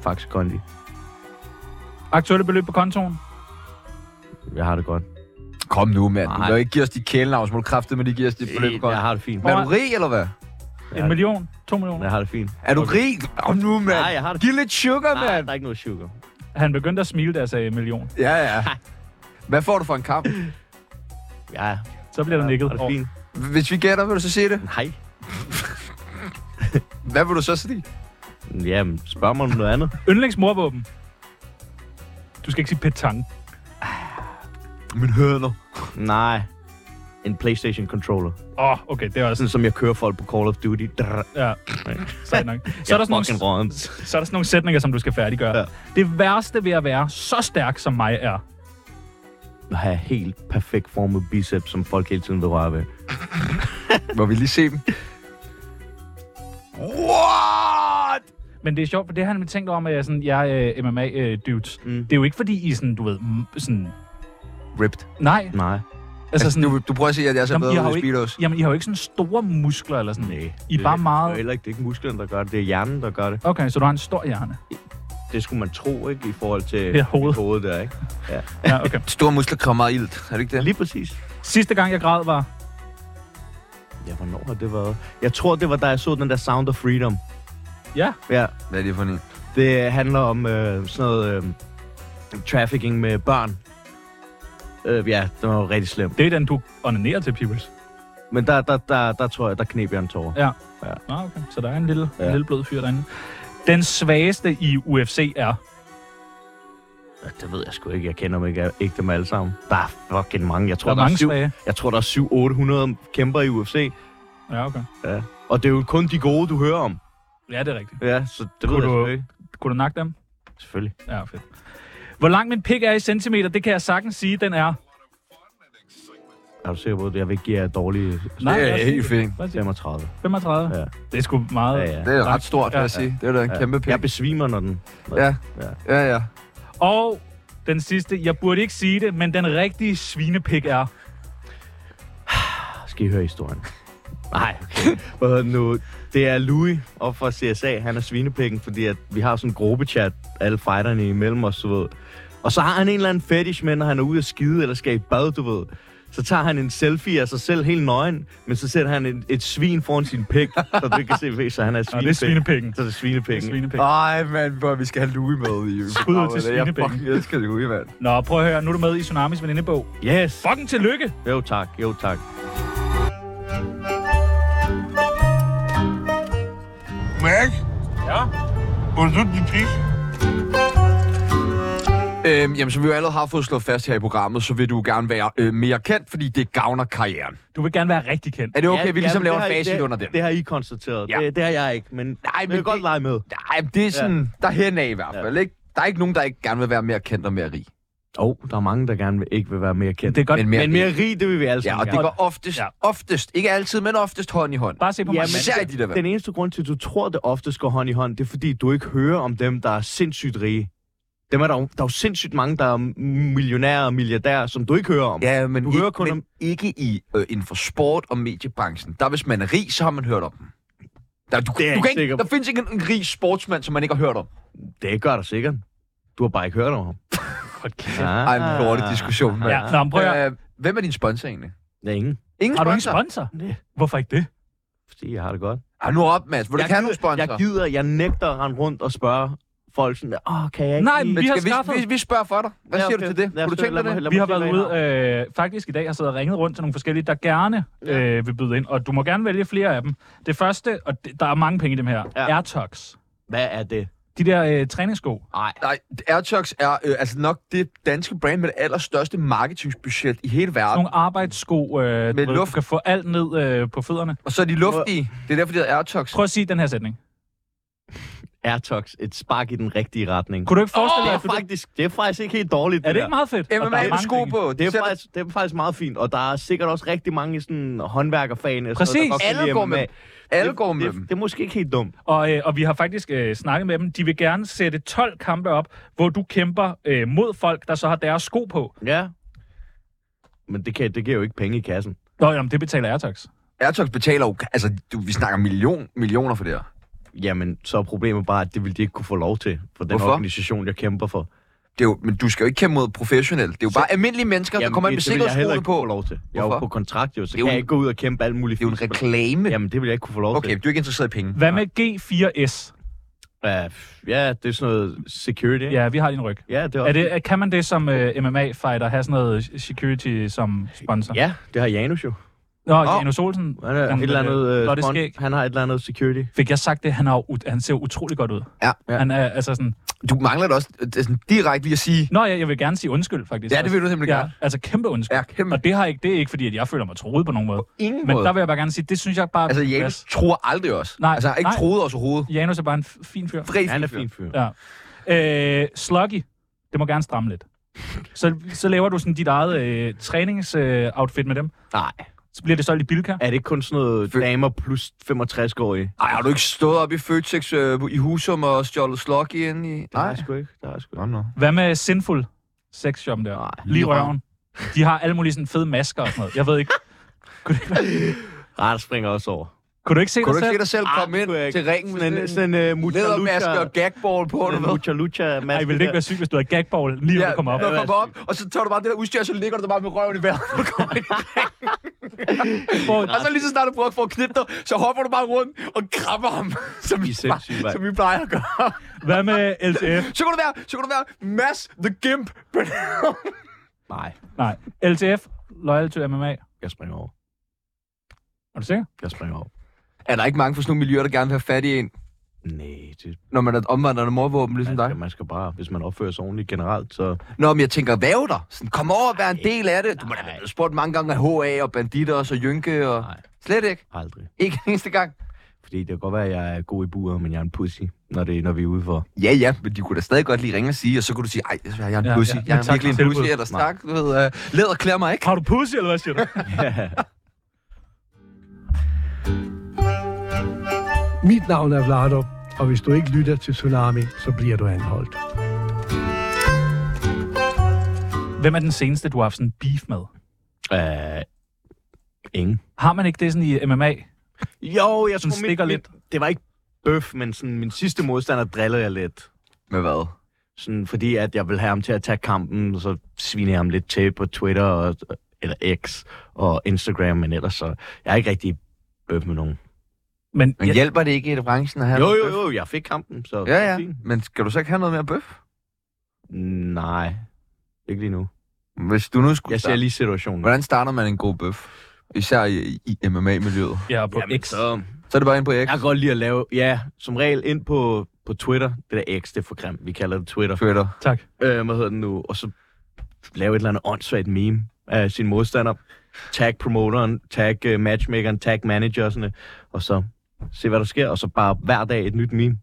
Speaker 3: Faktisk kondi.
Speaker 4: Aktuelle beløb på kontoen?
Speaker 3: Jeg har det godt.
Speaker 1: Kom nu, mand. Du
Speaker 3: Nej.
Speaker 1: kan ikke give os de kælenavn, så må du kræfte med, de giver os dit beløb.
Speaker 3: Jeg har det fint.
Speaker 1: Men er du rig, eller hvad?
Speaker 4: En million? To millioner?
Speaker 3: Jeg har det fint.
Speaker 1: Er du rig? Kom nu, mand.
Speaker 3: Nej, jeg har det-
Speaker 1: Giv lidt sugar,
Speaker 3: Nej,
Speaker 1: mand.
Speaker 3: der er ikke noget sugar.
Speaker 4: Han begyndte at smile, da jeg sagde million.
Speaker 1: Ja, ja. Hvad får du for en kamp?
Speaker 3: Ja,
Speaker 4: Så bliver der nikket.
Speaker 3: er det fint?
Speaker 1: Hvis vi gætter, vil du så sige det?
Speaker 3: Nej.
Speaker 1: Hvad vil du så sige?
Speaker 3: Jamen, spørg mig om noget andet.
Speaker 4: Åh. Yndlingsmorvåben? Du skal ikke sige petang.
Speaker 1: Min høner.
Speaker 3: Nej. en PlayStation controller.
Speaker 4: Åh, oh, okay, det er også...
Speaker 3: Sådan som jeg kører folk på Call of Duty. Drrr. <laughs>
Speaker 4: Ja, sejt nok. Så er, der sådan nogle,
Speaker 3: fucking runs.
Speaker 4: så er der sådan nogle sætninger, som du skal færdiggøre.
Speaker 3: Ja.
Speaker 4: Ja. Det værste ved at være så stærk, som mig er,
Speaker 3: At have helt perfekt formet biceps, som folk hele tiden vil røre ved.
Speaker 1: Må vi lige se dem? What?
Speaker 4: Men det er sjovt, for det har han nemlig tænkt over med sådan, jeg er øh, MMA-dudes.
Speaker 3: Mm.
Speaker 4: Det er jo ikke fordi, I sådan, du ved, m- sådan...
Speaker 1: Ripped.
Speaker 4: Nej,
Speaker 3: Nej.
Speaker 4: altså sådan...
Speaker 1: Du, du prøver at sige, at jeg ser
Speaker 4: jamen, I
Speaker 1: bedre
Speaker 4: har
Speaker 1: ud
Speaker 4: jo
Speaker 1: i
Speaker 4: ikke,
Speaker 1: Speedos.
Speaker 4: jamen, I har jo ikke sådan store muskler eller sådan.
Speaker 3: Nej.
Speaker 4: I er bare
Speaker 3: Det er
Speaker 4: meget...
Speaker 3: heller ikke, det er ikke musklerne, der gør det. Det er hjernen, der gør det.
Speaker 4: Okay, så du har en stor hjerne.
Speaker 3: Det skulle man tro, ikke? I forhold til
Speaker 4: Ja, hovedet.
Speaker 3: hovedet der, ikke? Ja.
Speaker 4: Ja,
Speaker 3: <laughs>
Speaker 4: okay.
Speaker 1: Store muskler krammer ilt. Er det ikke det?
Speaker 3: Lige præcis.
Speaker 4: Sidste gang, jeg græd, var...
Speaker 3: Ja, hvornår har det været? Jeg tror, det var, da jeg så den der Sound of Freedom.
Speaker 4: Ja,
Speaker 3: Ja,
Speaker 1: Hvad er det for en?
Speaker 3: det handler om øh, sådan noget øh, trafficking med børn. Øh, ja, det var jo rigtig slemt.
Speaker 4: det er den, du onanerer til, Peoples.
Speaker 3: Men der, der, der, der tror jeg, der knep jeg en tårer.
Speaker 4: Ja.
Speaker 3: Ja.
Speaker 4: Nå, okay. Så der er en lille, ja.
Speaker 3: Ja.
Speaker 4: en lille blød fyr derinde. Den svageste i UFC er...
Speaker 3: Ja, det ved jeg sgu ikke. Jeg kender dem ikke, ikke dem alle sammen. Der er fucking mange. Jeg tror,
Speaker 4: Der er
Speaker 3: der,
Speaker 4: mange
Speaker 3: er, syv,
Speaker 4: svage.
Speaker 3: jeg tror, der er 700-800 kæmper i UFC.
Speaker 4: Ja, okay.
Speaker 3: Ja. Og det er jo kun de gode, du hører om.
Speaker 4: Ja, det er rigtigt.
Speaker 3: Ja, så det
Speaker 4: Kunne
Speaker 3: ved jeg
Speaker 4: du-
Speaker 3: selvfølgelig.
Speaker 4: Kunne du nakke dem?
Speaker 3: Selvfølgelig.
Speaker 4: Ja, fedt. Hvor lang min pik er i centimeter, det kan jeg sagtens sige, den er...
Speaker 3: Er du sikker på, at jeg vil ikke give jer dårlige
Speaker 4: Nej,
Speaker 1: Det er
Speaker 4: lad os sige
Speaker 1: helt fint.
Speaker 4: Lad os sige
Speaker 3: 35?
Speaker 4: 35.
Speaker 3: Ja.
Speaker 4: Det er sgu meget...
Speaker 3: Ja, ja.
Speaker 1: Det er ret stort, vil
Speaker 4: Ja,
Speaker 1: jeg sige. Det er da en kæmpe pik.
Speaker 3: Jeg besvimer, når den...
Speaker 1: Ja.
Speaker 3: Ja.
Speaker 1: Ja, ja.
Speaker 4: Og den sidste, jeg burde ikke sige det, men den rigtige svinepik er...
Speaker 3: Skal I høre historien? Nej, okay. Hvad hedder det nu? Det er Louis op fra CSA. Han er svinepikken, fordi at vi har sådan en gruppechat, alle fighterne imellem os, du ved. Og så har han en eller anden fetish med, når han er ude at skide eller skal i bad, du ved. Så tager han en selfie af sig selv helt nøgen, men så sætter han et, et svin foran sin pik, så du kan se, så han er
Speaker 4: Nå, det er
Speaker 3: svinepik.
Speaker 4: svinepikken.
Speaker 3: Så er det
Speaker 4: Det er
Speaker 3: svinepikken.
Speaker 4: svinepikken.
Speaker 1: Ej, mand, hvor vi skal have Louis med i
Speaker 4: Skud ud til
Speaker 1: Jeg
Speaker 4: svinepenge.
Speaker 1: fucking elsker Louis, mand.
Speaker 4: Nå, prøv at høre. Nu er du med i Tsunamis venindebog.
Speaker 3: Yes!
Speaker 4: Fucking tillykke!
Speaker 3: Jo tak, jo tak.
Speaker 8: Mac,
Speaker 4: Ja.
Speaker 8: hvor er du din pik?
Speaker 1: Øhm, jamen, som vi jo allerede har fået slået fast her i programmet, så vil du gerne være øh, mere kendt, fordi det gavner karrieren.
Speaker 4: Du vil gerne være rigtig kendt.
Speaker 1: Er det okay, ja, vi
Speaker 3: men
Speaker 1: ligesom
Speaker 3: det
Speaker 1: laver
Speaker 3: har
Speaker 1: en
Speaker 3: I-
Speaker 1: facit
Speaker 3: det,
Speaker 1: under den?
Speaker 3: Det har I konstateret.
Speaker 1: Ja.
Speaker 3: Ja. Det, det, har jeg ikke, men, Nej, men
Speaker 1: men
Speaker 3: jeg kan godt
Speaker 1: det-
Speaker 3: lege med.
Speaker 1: Nej, men det er sådan, ja. derhen af i hvert
Speaker 3: Ja.
Speaker 1: fald, ikke? Der er ikke nogen, der ikke gerne vil være mere kendt og mere rig.
Speaker 3: Åh, oh, der er mange, der gerne vil, ikke vil være mere kendt.
Speaker 4: Det er godt.
Speaker 1: Men
Speaker 4: Men
Speaker 1: mere-
Speaker 4: mere...
Speaker 3: Men mere rig, det vil vi alle
Speaker 1: Ja,
Speaker 3: sammen
Speaker 1: og det går oftest,
Speaker 4: Ja.
Speaker 1: ja. oftest, ikke altid, men oftest hånd i hånd.
Speaker 4: Bare se på mig.
Speaker 3: Ja,
Speaker 1: men
Speaker 4: mand.
Speaker 1: især i de der
Speaker 3: Den eneste grund til, at du tror, det ofte går hånd i hånd, det er, fordi du ikke hører om dem, der er sindssygt rige. Dem er der, jo, der er jo sindssygt mange, der er millionærer og milliardærer, som du ikke hører om.
Speaker 1: Ja, men,
Speaker 3: Du
Speaker 1: ikke,
Speaker 3: hører kun
Speaker 1: men
Speaker 3: om-
Speaker 1: ikke i øh, inden for sport og mediebranchen. Der, hvis man er rig, så har man hørt om dem. Der, du,
Speaker 3: Det er jeg
Speaker 1: du kan
Speaker 3: ikke
Speaker 1: ikke,
Speaker 3: sikker på.
Speaker 1: der findes ikke en, en rig sportsmand, som man ikke har hørt om.
Speaker 3: Det gør der sikkert. Du har bare ikke hørt om ham.
Speaker 4: Hold kæft.
Speaker 3: Ah.
Speaker 1: <laughs> Ej, en lorte diskussion, mand.
Speaker 4: Ja, nå, men prøv at høre.
Speaker 1: Øh, hvem er din sponsor egentlig?
Speaker 3: Ja, ingen.
Speaker 1: Ingen
Speaker 4: Har du ingen
Speaker 1: sponsor?
Speaker 4: sponsor?
Speaker 3: Nej.
Speaker 4: Hvorfor ikke det?
Speaker 3: Fordi jeg har det godt.
Speaker 1: Ej, nu op, Mads. Vil du
Speaker 3: jeg,
Speaker 1: ikke have nogen
Speaker 3: gider,
Speaker 1: sponsor?
Speaker 3: jeg gider, jeg nægter at rende rundt og spørge folk sådan, åh, kan jeg ikke
Speaker 4: Nej,
Speaker 3: lige-
Speaker 4: vi har
Speaker 1: Skal
Speaker 4: skaffet.
Speaker 1: vi, vi, vi spørger for dig. Hvad
Speaker 3: Ja,
Speaker 1: ja, siger
Speaker 3: okay.
Speaker 1: du til det?
Speaker 3: Lad os
Speaker 1: Kunne du
Speaker 3: høre,
Speaker 1: tænke
Speaker 3: lad
Speaker 1: dig
Speaker 3: mig-
Speaker 1: det?
Speaker 3: lad mig
Speaker 4: Vi har
Speaker 3: finde
Speaker 4: været
Speaker 3: ud af
Speaker 4: ude, øh, faktisk i dag har siddet og ringet rundt til nogle forskellige, der gerne øh, vil byde ind, og du må gerne vælge flere af dem. Det første, og det, der er mange penge i dem her,
Speaker 3: Ja.
Speaker 4: ja. Airtox.
Speaker 3: Hvad er det?
Speaker 4: De der øh, træningssko.
Speaker 3: Nej.
Speaker 1: Nej, Airtox er øh, altså nok det danske brand med det allerstørste marketingbudget i hele verden.
Speaker 4: Nogle arbejdssko, øh,
Speaker 1: Med
Speaker 4: du, ved,
Speaker 1: luft.
Speaker 4: du kan få alt ned øh, på fødderne.
Speaker 1: Og så er de luftige. Det er derfor, de hedder Airtox.
Speaker 4: Prøv at sige den her sætning.
Speaker 3: Airtox, et spark i den rigtige retning.
Speaker 4: Kunne du ikke forestille
Speaker 3: det,
Speaker 4: dig,
Speaker 3: er
Speaker 4: at du...
Speaker 3: faktisk, det er faktisk ikke helt dårligt,
Speaker 4: Er det
Speaker 3: der.
Speaker 4: ikke meget fedt? Og der er
Speaker 1: MMA med
Speaker 4: mange
Speaker 1: sko
Speaker 4: penge.
Speaker 1: på.
Speaker 3: Det er,
Speaker 1: Selv-
Speaker 3: faktisk, det er faktisk meget fint, og der er sikkert også rigtig mange sådan, håndværkerfagene. og
Speaker 4: Præcis.
Speaker 3: Sådan, noget, der godt kan
Speaker 1: Alle
Speaker 3: lide
Speaker 1: går med
Speaker 3: MMA.
Speaker 1: dem. Alle
Speaker 3: Det-
Speaker 1: går med
Speaker 3: det,
Speaker 1: dem.
Speaker 3: Det er måske ikke helt dumt.
Speaker 4: Og, øh, og vi har faktisk øh, snakket med dem. De vil gerne sætte 12 kampe op, hvor du kæmper øh, mod folk, der så har deres sko på.
Speaker 3: Ja. Men det, kan, det giver jo ikke penge i kassen.
Speaker 4: Nå, jamen, det betaler Airtox.
Speaker 1: Airtox betaler jo... Altså, du, vi snakker million, millioner for det her.
Speaker 3: Jamen, så er problemet bare, at det ville de ikke kunne få lov til for den
Speaker 1: Hvorfor?
Speaker 3: organisation, jeg kæmper for.
Speaker 1: Det er jo, men du skal jo ikke kæmpe mod professionelle. Det er jo bare almindelige mennesker, der kommer ind med
Speaker 3: det, det ville jeg heller
Speaker 1: sikkerhedsskole
Speaker 3: ikke
Speaker 1: på.
Speaker 3: kunne få lov til. Jeg er jo
Speaker 1: Hvorfor?
Speaker 3: på kontrakt, jo, så
Speaker 1: er jo
Speaker 3: kan jeg
Speaker 1: en-
Speaker 3: ikke gå ud og kæmpe alt muligt.
Speaker 1: Det er jo en reklame.
Speaker 3: Jamen, det ville jeg ikke kunne få lov
Speaker 1: Okay,
Speaker 3: til.
Speaker 1: du er ikke interesseret i penge.
Speaker 4: Hvad med G4S?
Speaker 3: Ja, pff, Ja, det er sådan noget security. ikke?
Speaker 4: Ja, vi har din ryg.
Speaker 3: ja det er,
Speaker 4: Er
Speaker 3: også-
Speaker 4: det, er- kan man det som øh, MMA-fighter have sådan noget security som sponsor?
Speaker 3: Ja, det har Janus jo.
Speaker 4: Nå, oh. Janus Olsen.
Speaker 3: Han, er et eller andet, øh,
Speaker 4: Lotte
Speaker 3: spon-
Speaker 4: Skæg.
Speaker 3: han har et eller andet security.
Speaker 4: Fik jeg sagt det? Han, er, jo ut- han ser jo utrolig godt ud.
Speaker 1: Ja.
Speaker 4: Han er altså sådan...
Speaker 1: Du mangler det også øh, det er sådan, direkte lige at sige,
Speaker 4: Nå, ja, jeg vil gerne sige undskyld, faktisk.
Speaker 1: Ja, det vil du simpelthen
Speaker 4: ja,
Speaker 1: gerne.
Speaker 4: Altså kæmpe undskyld.
Speaker 1: Ja, kæmpe.
Speaker 4: Og det, har ikke, det er ikke, fordi at jeg føler mig troet på nogen måde.
Speaker 1: ingen
Speaker 4: Men
Speaker 1: måde.
Speaker 4: der vil jeg bare gerne sige, det synes jeg bare...
Speaker 1: Altså,
Speaker 4: er
Speaker 1: Janus
Speaker 4: plads.
Speaker 1: tror aldrig os.
Speaker 4: Nej,
Speaker 1: altså, han har ikke
Speaker 4: nej.
Speaker 1: troet os overhovedet.
Speaker 4: Janus er bare en f- fin fyr.
Speaker 1: Rigtig
Speaker 3: Han er
Speaker 1: fyr.
Speaker 3: fin fyr.
Speaker 4: Ja. Øh, sluggy. Det må gerne stramme lidt. Så, så laver du sådan dit eget øh, træningsoutfit øh, outfit med dem.
Speaker 3: Nej.
Speaker 4: Så bliver det solgt i Bilka.
Speaker 3: Er det ikke kun sådan noget damer plus 65-årige?
Speaker 1: Ej, har du ikke stået op i Føtex øh, i Husum og stjålet slok i ind i?
Speaker 3: Det har jeg sgu ikke. Det har jeg sgu ikke.
Speaker 1: Nå, nå.
Speaker 4: Hvad med Sinful sexshoppen der?
Speaker 3: Nej.
Speaker 4: Lige røven. De har alle mulige sådan fede masker og sådan noget. Jeg ved ikke. Kunne du ikke,
Speaker 3: Ej, der springer også over.
Speaker 4: kunne du ikke se
Speaker 1: Kunne du
Speaker 4: dig
Speaker 1: ikke se
Speaker 4: selv?
Speaker 1: dig selv komme
Speaker 3: Ah, det
Speaker 1: ind
Speaker 3: kunne jeg ikke.
Speaker 1: til ringen med
Speaker 3: Sådan
Speaker 1: sådan
Speaker 3: en, sådan en uh,
Speaker 1: en
Speaker 3: mucha
Speaker 1: ledermaske
Speaker 3: lucha,
Speaker 1: og gagball på?
Speaker 3: sådan en
Speaker 1: Eller
Speaker 3: mucha lucha maske.
Speaker 4: Ej, ville det ikke være sygt, hvis du havde gagball lige ja,
Speaker 1: Ja,
Speaker 4: du kom
Speaker 1: når
Speaker 4: op?
Speaker 1: du kommer op, og så tager du bare det der udstyr, og så ligger du der bare med røven i vejret, når du
Speaker 3: <laughs>
Speaker 1: kommer ind.
Speaker 4: Hvor-
Speaker 1: Og så lige så snart du prøver at få knippet dig, så hopper du bare rundt og krabber
Speaker 3: <laughs>
Speaker 1: ham, som vi,
Speaker 3: er sindssyge, mand.
Speaker 1: som vi plejer at gøre.
Speaker 4: Hvad med LTF?
Speaker 1: Så kunne du være, så kunne du være Mads the Gimp. <laughs>
Speaker 3: Nej,
Speaker 4: Nej. LTF, Loyal to MMA.
Speaker 3: jeg springer over.
Speaker 4: Er du sikker?
Speaker 3: Jeg springer over.
Speaker 1: er der ikke mange fra sådan nogle miljøer, der gerne vil have fat i en,
Speaker 3: Nej, det,
Speaker 1: når man er omvandrende morvåben ligesom
Speaker 3: man,
Speaker 1: dig?
Speaker 3: skal, man skal bare, hvis man opfører sig ordentligt generelt, så...
Speaker 1: Nå, men jeg tænker, væv dig. Sådan, kom over og vær en del af det. Du må da
Speaker 3: Nej.
Speaker 1: have spurgt mange gange af HA og banditter og så Jynke og...
Speaker 3: Nej.
Speaker 1: Slet ikke.
Speaker 3: Aldrig.
Speaker 1: Ikke en eneste gang.
Speaker 3: Fordi det kan godt være, at jeg er god i buer, men jeg er en pussy, når, det, når vi er ude <laughs> for.
Speaker 1: Ja, ja, men de kunne da stadig godt lige ringe og sige, og så kunne du sige, ej, jeg er en
Speaker 4: Ja,
Speaker 1: pussy.
Speaker 4: ja.
Speaker 1: Jeg
Speaker 4: Men
Speaker 1: er
Speaker 4: tak
Speaker 1: virkelig
Speaker 4: for
Speaker 1: en pussy,
Speaker 4: tilbuddet.
Speaker 1: ellers tak. Du ved, øh, læder klæder mig ikke.
Speaker 4: Har du pussy, eller hvad siger du?
Speaker 11: Mit navn er Vlado, og hvis du ikke lytter til Tsunami, så bliver du anholdt.
Speaker 4: Hvem er den seneste, du har haft sådan en beef med?
Speaker 3: Øh, ingen.
Speaker 4: Har man ikke det sådan i MMA?
Speaker 3: Jo, jeg
Speaker 4: Sådan
Speaker 3: tror,
Speaker 4: stikker lidt.
Speaker 3: Det var ikke bøf, men sådan, min sidste modstander drillede jeg lidt.
Speaker 1: Med hvad?
Speaker 3: Sådan, fordi at jeg vil have ham til at tage kampen, så sviner jeg ham lidt til på Twitter, og, eller X og Instagram, men ellers så... Jeg er ikke rigtig bøf med nogen.
Speaker 4: Men,
Speaker 1: Men hjælper det ikke i branchen at have
Speaker 3: Jo,
Speaker 1: noget
Speaker 3: jo,
Speaker 1: bøf?
Speaker 3: jo, jeg fik kampen, så...
Speaker 1: Ja, ja.
Speaker 3: fint.
Speaker 1: Men skal du så ikke have noget mere bøf?
Speaker 3: Nej, ikke lige nu.
Speaker 1: Hvis du nu skulle
Speaker 3: Jeg ser
Speaker 1: starte-
Speaker 3: lige situationen.
Speaker 1: Hvordan starter man en god bøf? Især i, i MMA-miljøet.
Speaker 4: Ja, på
Speaker 3: Jamen,
Speaker 4: X.
Speaker 3: så...
Speaker 1: Så er det bare ind på X.
Speaker 3: Jeg kan godt lide at lave, ja, som regel ind på, på Twitter. Det der X, det er for grimt. Vi kalder det Twitter.
Speaker 1: Twitter.
Speaker 4: Tak.
Speaker 3: Øh, hvad hedder den nu? Og så lave et eller andet åndssvagt meme af sin modstander. Tag promoteren, tag øh, matchmakeren, tag manager og sådan noget. Og så se, hvad der sker. Og så bare hver dag et nyt meme.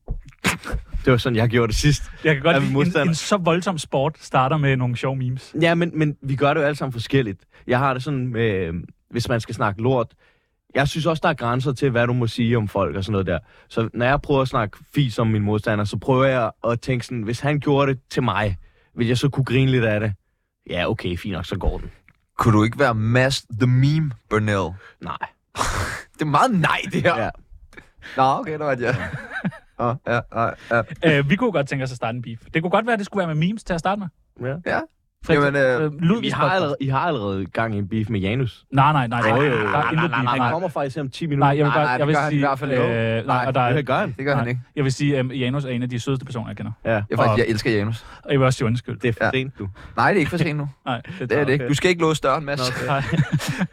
Speaker 3: Det var sådan, jeg gjorde det sidst.
Speaker 4: Jeg kan godt
Speaker 3: Er vi
Speaker 4: lide, en,
Speaker 3: modstandere?
Speaker 4: en så voldsom sport starter med nogle sjove memes.
Speaker 3: Ja, men, men vi gør det jo alle sammen forskelligt. Jeg har det sådan, øh, hvis man skal snakke lort, jeg synes også, der er grænser til, hvad du må sige om folk og sådan noget der. Så når jeg prøver at snakke fis om min modstander, så prøver jeg at tænke sådan, hvis han gjorde det til mig, vil jeg så kunne grine lidt af det? Ja, okay, fint nok, så går den.
Speaker 1: Kunne du ikke være Mads the Meme Burnell?
Speaker 3: Nej.
Speaker 1: Det er meget nej, det her.
Speaker 3: Ja.
Speaker 1: Nå, okay, der var et ja. Nå, ja, ja, ja.
Speaker 4: Øh, vi kunne godt tænke os at starte en beef. Det kunne godt være, at det skulle være med memes til at starte med. For
Speaker 1: Jamen,
Speaker 4: eksempel,
Speaker 1: øh,
Speaker 4: Ludvigs
Speaker 3: I har,
Speaker 4: podcast.
Speaker 3: allerede, I har allerede gang i en beef med Janus.
Speaker 4: Nej, nej, nej. Der,
Speaker 3: Ej,
Speaker 4: der er intet beef.
Speaker 3: Han
Speaker 4: Nej,
Speaker 3: kommer faktisk her om 10 minutter.
Speaker 4: nej, jeg vil
Speaker 1: Nej,
Speaker 4: godt,
Speaker 1: nej,
Speaker 4: jeg
Speaker 1: det
Speaker 4: vil
Speaker 1: gør han i
Speaker 4: sige,
Speaker 1: hvert fald ikke.
Speaker 4: øh, nej,
Speaker 1: Nej,
Speaker 4: og der er,
Speaker 3: det gør han.
Speaker 1: det gør han
Speaker 4: nej.
Speaker 1: ikke.
Speaker 4: jeg vil sige, at Janus er en af de sødeste personer, jeg kender.
Speaker 3: Ja,
Speaker 1: Jeg, faktisk,
Speaker 4: Og-
Speaker 1: jeg elsker Janus.
Speaker 4: Og jeg vil også sige undskyld.
Speaker 3: det er for
Speaker 1: Ja.
Speaker 3: ja. sent, du.
Speaker 1: Nej, det er ikke for sent nu.
Speaker 4: Nej,
Speaker 1: Det er det ikke. Du skal ikke låse døren, Mads. <laughs>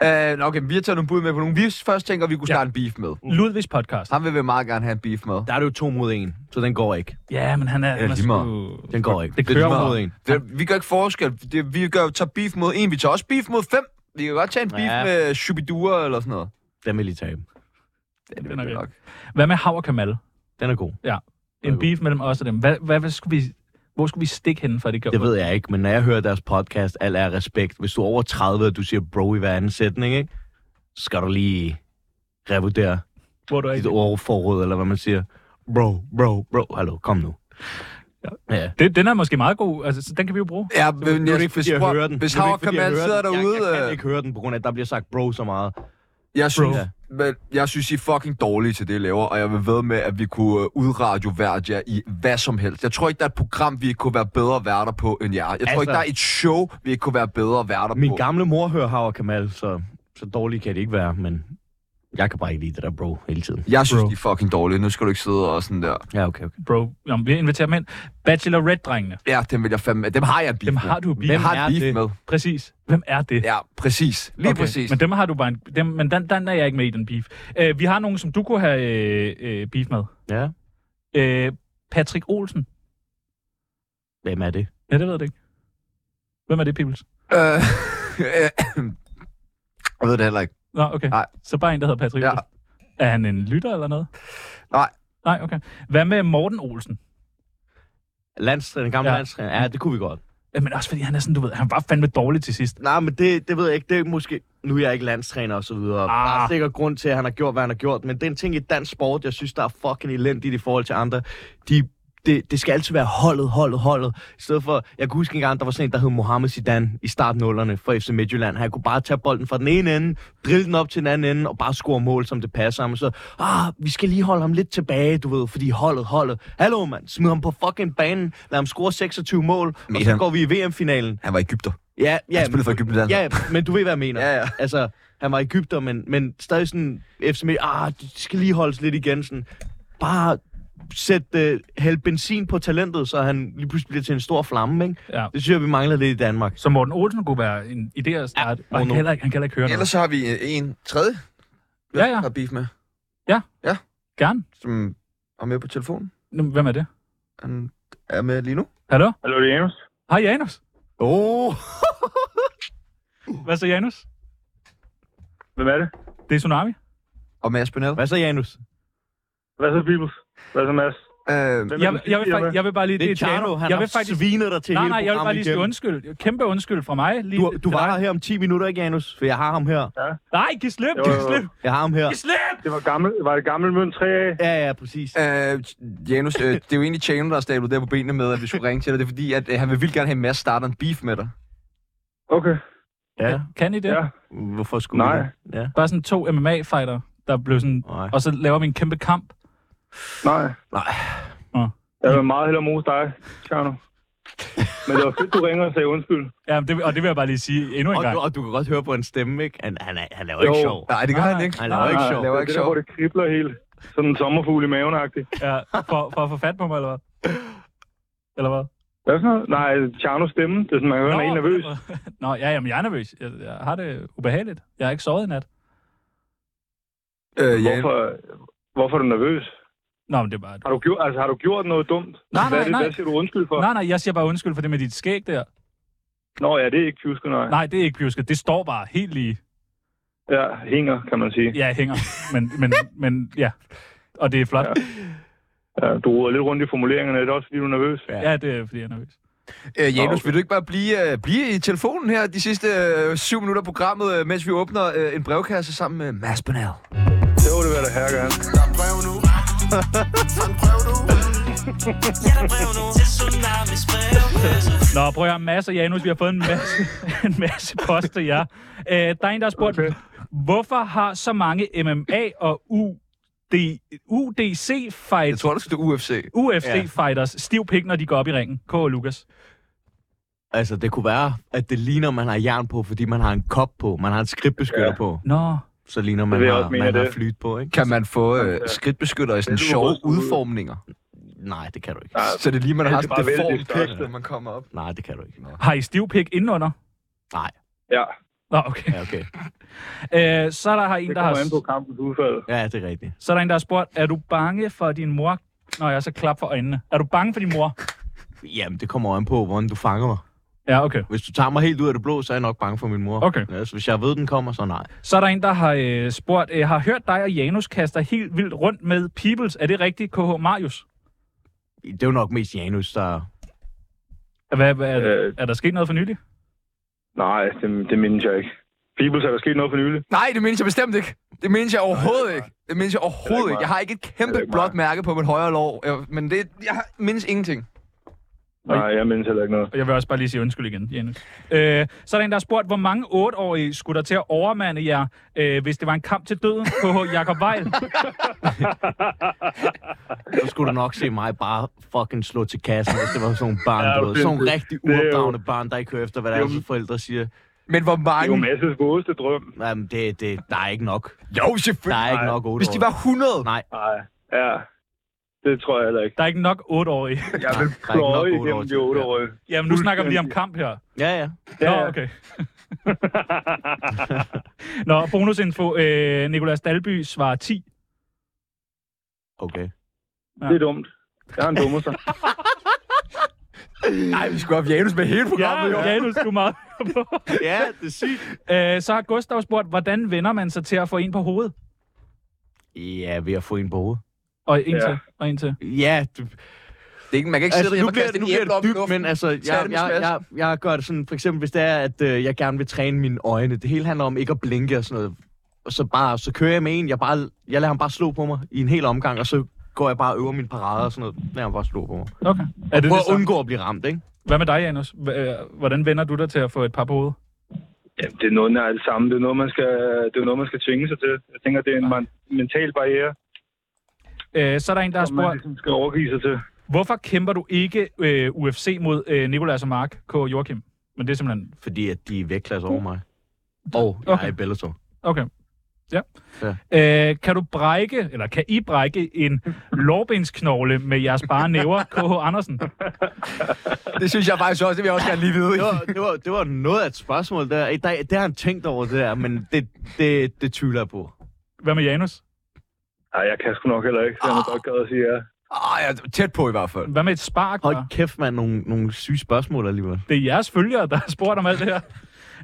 Speaker 4: Nej.
Speaker 1: Øh, nå, okay, vi har taget nogle bud med på nogle. Vi først tænker, at vi kunne starte en beef med.
Speaker 4: Ludvigs podcast.
Speaker 1: Ham vil vi meget gerne have en beef med.
Speaker 3: Der er det jo to mod en, så den går ikke.
Speaker 4: Ja, men han er... han er
Speaker 1: lige meget.
Speaker 4: sgu-
Speaker 3: Den går ikke.
Speaker 4: Det
Speaker 3: er ligesom
Speaker 4: kører
Speaker 3: to
Speaker 4: over.
Speaker 3: mod en.
Speaker 1: Det, vi gør ikke forskel. Det, vi gør, tager beef mod en, vi tager også beef mod fem. Vi kan godt tage en beef
Speaker 3: Ja.
Speaker 1: med Shubidua eller sådan noget.
Speaker 3: Den vil I tabe.
Speaker 1: Det er
Speaker 4: Den er
Speaker 1: det
Speaker 4: vild.
Speaker 1: nok.
Speaker 4: Hvad med Hav og Kamal?
Speaker 3: Den er god.
Speaker 4: En beef mellem os og dem. Hvad, hvad, hvad skulle vi, hvor skulle vi stikke henne, for at det gør
Speaker 3: Det
Speaker 4: ondt?
Speaker 3: ved jeg ikke, men når jeg hører deres podcast, alt er respekt. Hvis du er over 30, og du siger bro i hver anden sætning, ikke? så skal du lige revurdere
Speaker 4: Hvor du er
Speaker 3: dit
Speaker 4: ikke.
Speaker 3: ordforråd, eller hvad man siger. Bro, bro, bro. Hallo, kom nu. Ja.
Speaker 4: Det, den er måske meget god. Altså, så den kan vi jo bruge.
Speaker 1: Ja, men
Speaker 3: Nu er
Speaker 1: jeg,
Speaker 3: det ikke,
Speaker 1: hvis,
Speaker 3: fordi jeg hører den.
Speaker 1: hvis
Speaker 3: Nu er det
Speaker 1: Havre
Speaker 3: ikke, fordi jeg
Speaker 1: Kamal sidder
Speaker 3: hører den.
Speaker 1: derude...
Speaker 3: Jeg, jeg kan
Speaker 1: øh,
Speaker 3: ikke høre den, på grund af, at der bliver sagt bro så meget.
Speaker 1: Jeg synes,
Speaker 3: Ja.
Speaker 1: men jeg synes, I er fucking dårlige til det, I laver, og jeg vil ved med, at vi kunne øh, udradio hvert jer i hvad som helst. Jeg tror ikke, der er et program, vi ikke kunne være bedre værter på, end jer. Jeg tror
Speaker 3: Altså-
Speaker 1: ikke, der er et show, vi ikke kunne være bedre værter
Speaker 3: Min
Speaker 1: på.
Speaker 3: gamle mor hører Hav og Kamal, så, så dårlig kan det ikke være, men Jeg kan bare ikke lide det der bro hele tiden.
Speaker 1: Jeg synes,
Speaker 4: Bro.
Speaker 1: de er fucking dårlige. Nu skal du ikke sidde og sådan der.
Speaker 3: Ja, okay, okay.
Speaker 4: Bro, jamen, vi inviterer dem ind. Bachelorette-drengene.
Speaker 1: Ja, dem vil jeg fandme... Dem har jeg et beef
Speaker 4: Dem
Speaker 1: med.
Speaker 4: har du et beef
Speaker 1: Dem
Speaker 4: med.
Speaker 1: har
Speaker 4: Hvem
Speaker 1: jeg
Speaker 4: er
Speaker 1: et beef
Speaker 4: det?
Speaker 1: med.
Speaker 4: Præcis. Hvem er det?
Speaker 1: Ja, præcis. Lige okay. præcis.
Speaker 4: Men dem har du bare en, dem, men den, den er jeg ikke med i, den beef. Øh, vi har nogen, som du kunne have øh, øh, beef med.
Speaker 3: Ja.
Speaker 4: Øh, Patrick Olsen.
Speaker 3: Hvem er det?
Speaker 4: Ja, det ved jeg det ikke. Hvem er det, Pibels?
Speaker 1: Øh, <laughs> jeg ved det heller ikke.
Speaker 4: Nå, okay.
Speaker 1: Nej.
Speaker 4: Så bare en, der hedder Patrick
Speaker 1: Ja.
Speaker 4: ja. Olsen. Er han en lytter eller noget?
Speaker 1: Nej.
Speaker 4: Nej, okay. Hvad med Morten Olsen?
Speaker 3: Landstræner, gammel
Speaker 4: Ja.
Speaker 3: ja. landstræner. Ja, det kunne vi godt.
Speaker 4: Øh, Men også fordi han er sådan, du ved, han var fandme dårlig til sidst.
Speaker 3: Nej, men det, det ved jeg ikke. Det er måske... Nu er jeg ikke landstræner og så videre. Ah. Der er
Speaker 4: Ah.
Speaker 3: sikkert grund til, at han har gjort, hvad han har gjort. Men den ting i dansk sport, jeg synes, der er fucking elendigt i forhold til andre. De, det, det skal altid være holdet, holdet, holdet. I stedet for, jeg kan huske engang, der var sådan en, der hed Mohamed Zidane i startnullerne for FC Midtjylland. Han kunne bare tage bolden fra den ene ende, drille den op til den anden ende og bare score mål, som det passer ham. Og Så, ah, vi skal lige holde ham lidt tilbage, du ved, fordi holdet, holdet. Hallo, mand, smid ham på fucking banen, lad ham score 26 mål, og så
Speaker 1: han-
Speaker 3: går vi i VM-finalen.
Speaker 1: Han var Ægypter.
Speaker 3: Ja, ja.
Speaker 1: Han spillede for
Speaker 3: men-
Speaker 1: Egypten, altså.
Speaker 3: Ja, men du ved, hvad jeg mener.
Speaker 1: Ja, ja.
Speaker 3: Altså, han var Ægypter, men, men stadig sådan, FC Midtjylland, ah, de skal lige holdes lidt igen, sådan, bare sæt, øh, hæld benzin på talentet, så han lige pludselig bliver til en stor flamme, ikke?
Speaker 4: Ja.
Speaker 3: Det synes jeg, vi mangler lidt i Danmark.
Speaker 4: Så Morten Olsen kunne være en idé at starte, ja, og han
Speaker 3: Morten
Speaker 4: kan, heller, ikke- han kan heller ikke høre
Speaker 1: Ellers
Speaker 4: noget.
Speaker 1: så har vi øh, en tredje,
Speaker 4: Ja, ja.
Speaker 1: der har beef med,
Speaker 4: Gerne.
Speaker 1: som er med på telefonen.
Speaker 4: Nå, Hvem er det?
Speaker 1: Han er med lige nu.
Speaker 4: Hallo?
Speaker 12: Hallo, det er Janus.
Speaker 4: Hej, Janus.
Speaker 3: Åh! Oh.
Speaker 4: Hvad så, Janus?
Speaker 12: Hvem er det?
Speaker 4: Det er Tsunami.
Speaker 1: Og Mads Bernal.
Speaker 3: Hvad så, Janus?
Speaker 12: Hvad så, Bibels? Hvad så, Mads?
Speaker 1: Øh,
Speaker 12: Hvem er
Speaker 4: Jeg,
Speaker 12: den
Speaker 4: jeg,
Speaker 12: sidste,
Speaker 4: vil,
Speaker 12: er med?
Speaker 4: fa- jeg vil bare lige...
Speaker 3: Det er Tjano, han
Speaker 4: jeg
Speaker 3: har
Speaker 4: vil faktisk,
Speaker 3: svinet dig til
Speaker 4: Nej,
Speaker 3: hele
Speaker 4: nej, jeg vil bare
Speaker 3: programmet
Speaker 4: lige sige
Speaker 3: igennem.
Speaker 4: undskyld. Kæmpe undskyld fra mig. Lige
Speaker 3: Du, du
Speaker 4: til
Speaker 3: var
Speaker 4: dig.
Speaker 3: her her om 10 minutter, ikke, Janus? For jeg har ham her.
Speaker 4: Nej, giv slip,
Speaker 12: Jo,
Speaker 4: giv
Speaker 12: jo, jo.
Speaker 4: slip,
Speaker 3: Jeg har ham her.
Speaker 4: giv slip!
Speaker 12: Det var, gammel, var det gammel mønt 3A?
Speaker 3: Ja, ja, præcis.
Speaker 1: Øh, Janus, øh, det er jo egentlig Chano, der har stablet der på benene med, at vi skulle ringe til dig. Det er fordi, at øh, han vil vildt gerne have en masse starter en beef med dig.
Speaker 12: Okay.
Speaker 3: Ja.
Speaker 4: Kan I det?
Speaker 12: Ja.
Speaker 3: Hvorfor skulle
Speaker 12: Nej.
Speaker 3: vi det? Ja.
Speaker 4: Bare sådan to MMA-fighter, der blev sådan...
Speaker 3: Nej.
Speaker 4: Og så laver vi en kæmpe kamp.
Speaker 12: Nej.
Speaker 1: Nej.
Speaker 4: Nå.
Speaker 12: Jeg vil meget hellere mose dig, Tjerno. Men det var fedt, du ringer og sagde undskyld.
Speaker 4: Ja, det, vil- og det vil jeg bare lige sige endnu en
Speaker 3: Og,
Speaker 4: gang.
Speaker 3: du, og du kan godt høre på en stemme, ikke? Han, han, er- han laver ikke
Speaker 12: Jo.
Speaker 3: sjov.
Speaker 1: Nej, det gør
Speaker 4: Nej,
Speaker 1: han ikke.
Speaker 3: Han laver ikke
Speaker 12: Nej,
Speaker 3: sjov.
Speaker 1: Det var
Speaker 12: det er
Speaker 1: ikke
Speaker 12: det der,
Speaker 1: sjovt.
Speaker 12: hvor det kribler helt. Sådan en sommerfugl i maven -agtig.
Speaker 4: Ja, for, for at få fat på mig, eller hvad? Eller hvad?
Speaker 12: Hvad for noget? Nej, Tjernos stemme. Det er sådan, man hører, han er helt nervøs.
Speaker 4: <laughs> Nå, ja, jamen, jeg er nervøs. Jeg, jeg har det ubehageligt. Jeg har ikke sovet i nat.
Speaker 1: Øh, Jan,
Speaker 12: Hvorfor, hvorfor er du nervøs?
Speaker 4: Nå, men det er bare...
Speaker 12: Har du, gjort, altså, har du gjort noget dumt?
Speaker 4: Nej,
Speaker 12: hvad, er
Speaker 4: nej,
Speaker 12: det,
Speaker 4: nej.
Speaker 12: hvad siger du undskyld for?
Speaker 4: Nej, nej, jeg siger bare undskyld for det med dit skæg der.
Speaker 12: Nå ja, det er ikke pjusket, nej.
Speaker 4: Nej, det er ikke pjusket. Det står bare helt lige.
Speaker 12: Ja, hænger, kan man sige.
Speaker 4: Ja, jeg hænger. Men, men, men ja. Og det er flot.
Speaker 12: Ja, du ruder lidt rundt i formuleringerne. Er det også, fordi du er nervøs?
Speaker 4: Ja, ja det er, fordi jeg er nervøs.
Speaker 1: øh,
Speaker 12: Nå,
Speaker 1: Janus,
Speaker 12: okay.
Speaker 1: vil du ikke bare blive, øh, blive i telefonen her de sidste øh, syv minutter af programmet, øh, mens vi åbner øh, en brevkasse sammen med Mads Bernal?
Speaker 12: Jo, det vil jeg da her gerne.
Speaker 8: Der er brev nu. Send brev nu.
Speaker 7: Ja, der er brev nu til Tsunamis brevkasse.
Speaker 4: Nå, prøv at høre, Mads og Janus, vi har fået en masse, <laughs> en masse post til jer. Øh, der er en, der har spurgt, okay.
Speaker 12: Okay.
Speaker 4: hvorfor har så mange MMA og UD, udc
Speaker 1: Jeg
Speaker 4: fights
Speaker 1: tror, det skal UFC.
Speaker 4: UFC-fighters, stiv pik, når de går op i ringen? K. og Lukas.
Speaker 3: Altså, det kunne være, at det ligner, man har jern på, fordi man har en kop på. Man har en skridtbeskytter ja.
Speaker 12: Ja.
Speaker 3: på.
Speaker 4: Nå,
Speaker 3: Så ligner man,
Speaker 12: vil jeg
Speaker 3: har,
Speaker 12: også mene,
Speaker 3: man har
Speaker 12: det.
Speaker 3: flyt på, ikke?
Speaker 1: Kan man få øh, skridtbeskytter i sådan
Speaker 12: Det er
Speaker 1: sjove
Speaker 12: du rød.
Speaker 1: udformninger?
Speaker 3: Nej, det kan du ikke.
Speaker 12: Ja,
Speaker 1: Så det er lige, man
Speaker 12: det
Speaker 1: har
Speaker 12: er
Speaker 1: sådan
Speaker 12: bare
Speaker 1: det
Speaker 12: vældig
Speaker 1: form pæk,
Speaker 12: største.
Speaker 1: når man kommer op.
Speaker 3: Nej, det kan du ikke.
Speaker 4: har I stiv pik indenunder?
Speaker 12: ja.
Speaker 4: Nå, okay.
Speaker 3: Ja, okay.
Speaker 4: Øh, så er der her en,
Speaker 12: det
Speaker 4: der har...
Speaker 12: kommer an på kampens udfald.
Speaker 3: Ja, det er rigtigt.
Speaker 4: Så er der en, der har spurgt, er du bange for din mor? Nå, jeg er så klap for øjnene. Er du bange for din mor?
Speaker 3: Jamen, det kommer an på, hvordan du fanger mig.
Speaker 4: Ja, okay.
Speaker 3: Hvis du tager mig helt ud af det blå, så er jeg nok bange for min mor.
Speaker 4: Okay.
Speaker 3: Ja, så hvis jeg ved, den kommer, så nej.
Speaker 4: Så er der en, der har øh, spurgt, øh, har hørt dig og Janus kaster helt vildt rundt med Peoples. Er det rigtigt, KH Marius?
Speaker 3: Det er jo nok mest Janus, der...
Speaker 4: Hvad, hvad, er,
Speaker 12: Øh.
Speaker 4: er der sket noget for nylig?
Speaker 12: Nej, det, det mindes jeg ikke. Peoples, er der sket noget for nylig?
Speaker 1: Nej, det mindes jeg bestemt ikke. Det mindes jeg overhovedet ikke. Det mindes jeg overhovedet
Speaker 12: mig.
Speaker 1: ikke. Jeg har ikke et kæmpe
Speaker 12: Heller ikke mig.
Speaker 1: blåt mærke på mit højre lår, Jeg- men det, jeg mindes ingenting.
Speaker 12: Nej, jeg mindes heller ikke noget.
Speaker 4: Og jeg vil også bare lige sige undskyld igen, Janus. Øh, så er der en, der har spurgt, hvor mange otteårige skulle der til at overmande jer, øh, hvis det var en kamp til døden, KH Jakob
Speaker 3: <laughs>
Speaker 4: Vejl?
Speaker 3: Så skulle du nok se mig bare fucking slå til kassen, hvis det var sådan en barn,
Speaker 12: Ja,
Speaker 3: ja, du ved. Sådan en
Speaker 12: det-
Speaker 3: rigtig
Speaker 12: det er jo-
Speaker 3: uopdragende barn, der ikke hører efter, hvad
Speaker 12: det er
Speaker 3: deres
Speaker 12: jo-
Speaker 3: forældre siger.
Speaker 1: Men hvor mange...
Speaker 12: Det er jo Masses godeste drøm.
Speaker 3: Jamen, det, det, der er ikke nok.
Speaker 1: Jo, selvfølgelig.
Speaker 3: Der er ikke nok 8
Speaker 1: Hvis de var 100...
Speaker 3: Nej.
Speaker 12: Nej, ja. Det tror jeg heller ikke.
Speaker 4: Der er ikke nok 8-årige.
Speaker 12: Jeg vil pløje igennem de 8 år.
Speaker 4: Jamen, nu snakker vi lige om kamp her.
Speaker 3: Ja, ja.
Speaker 4: Nå, okay. Nå, bonusinfo. Øh, Nikolas Dalby svarer 10.
Speaker 3: Okay.
Speaker 4: Ja.
Speaker 12: Det er dumt. Jeg har en dummer så.
Speaker 1: Nej, vi skulle have haft Janus med hele programmet.
Speaker 4: Ja,
Speaker 1: jo.
Speaker 4: Janus, du er meget på.
Speaker 3: ja, det er sygt.
Speaker 4: Øh, så har Gustav spurgt, hvordan vender man sig til at få en på hovedet?
Speaker 3: Ja, ved at få en på hovedet.
Speaker 4: Og en
Speaker 12: Ja.
Speaker 4: ja. til, og en til.
Speaker 3: Ja, du,
Speaker 1: Det er ikke, man kan ikke sidde
Speaker 3: altså,
Speaker 1: derhjemme
Speaker 3: nu
Speaker 1: og
Speaker 3: bliver,
Speaker 1: kaste
Speaker 3: det,
Speaker 1: en
Speaker 3: nu bliver
Speaker 1: æble
Speaker 3: det
Speaker 1: op i
Speaker 3: dybt,
Speaker 1: luften.
Speaker 3: men altså, jeg,
Speaker 1: Tag det
Speaker 3: jeg,
Speaker 1: med smash.
Speaker 3: jeg, jeg gør det sådan, for eksempel hvis det er, at øh, jeg gerne vil træne mine øjne, det hele handler om ikke at blinke og sådan noget, og så, bare, så kører jeg med en, jeg, bare, jeg lader ham bare slå på mig i en hel omgang, og så går jeg bare og øver mine parader og sådan noget, lader ham bare slå på mig.
Speaker 4: Okay.
Speaker 3: Er det
Speaker 4: det
Speaker 3: Prøv at
Speaker 4: samme?
Speaker 3: undgå at blive ramt, ikke?
Speaker 4: Hvad med dig, Janus? H- øh, Hvordan vender du dig til at få et par på hovedet?
Speaker 12: Ja, det er noget, der er det samme. Det er noget, man skal, det er noget, man skal tvinge sig til. Jeg tænker, det er en man, mental barriere,
Speaker 4: Øh, så er der en, der har
Speaker 12: som man
Speaker 4: spurgt,
Speaker 12: ligesom skal overgive sig til.
Speaker 4: hvorfor kæmper du ikke øh, UFC mod øh, Nicolas og Mark K. Joachim? Men det er simpelthen...
Speaker 3: Fordi at de er vægtklasse over mig. Og jeg
Speaker 4: Okay.
Speaker 3: er i Bellator.
Speaker 4: Okay. Ja. ja. Øh, kan du brække, eller kan I brække en lårbensknogle med jeres bare næver, K.H. Andersen?
Speaker 1: Det synes jeg faktisk også, det vil jeg også gerne lige vide.
Speaker 3: Det var, det var, det var noget af et spørgsmål der. Ej, der. Det har han tænkt over, det der, men det, det, det tvivler jeg på.
Speaker 4: Hvad med Janus?
Speaker 12: Nej, jeg kan sgu nok heller ikke, så jeg må godt gøre at sige ja.
Speaker 1: Ah, jeg er tæt på i hvert fald.
Speaker 4: Hvad med et spark?
Speaker 3: Hold
Speaker 4: hva'?
Speaker 3: kæft, mand, nogle, nogle syge spørgsmål alligevel.
Speaker 4: Det er jeres følgere, der har spurgt om alt det her.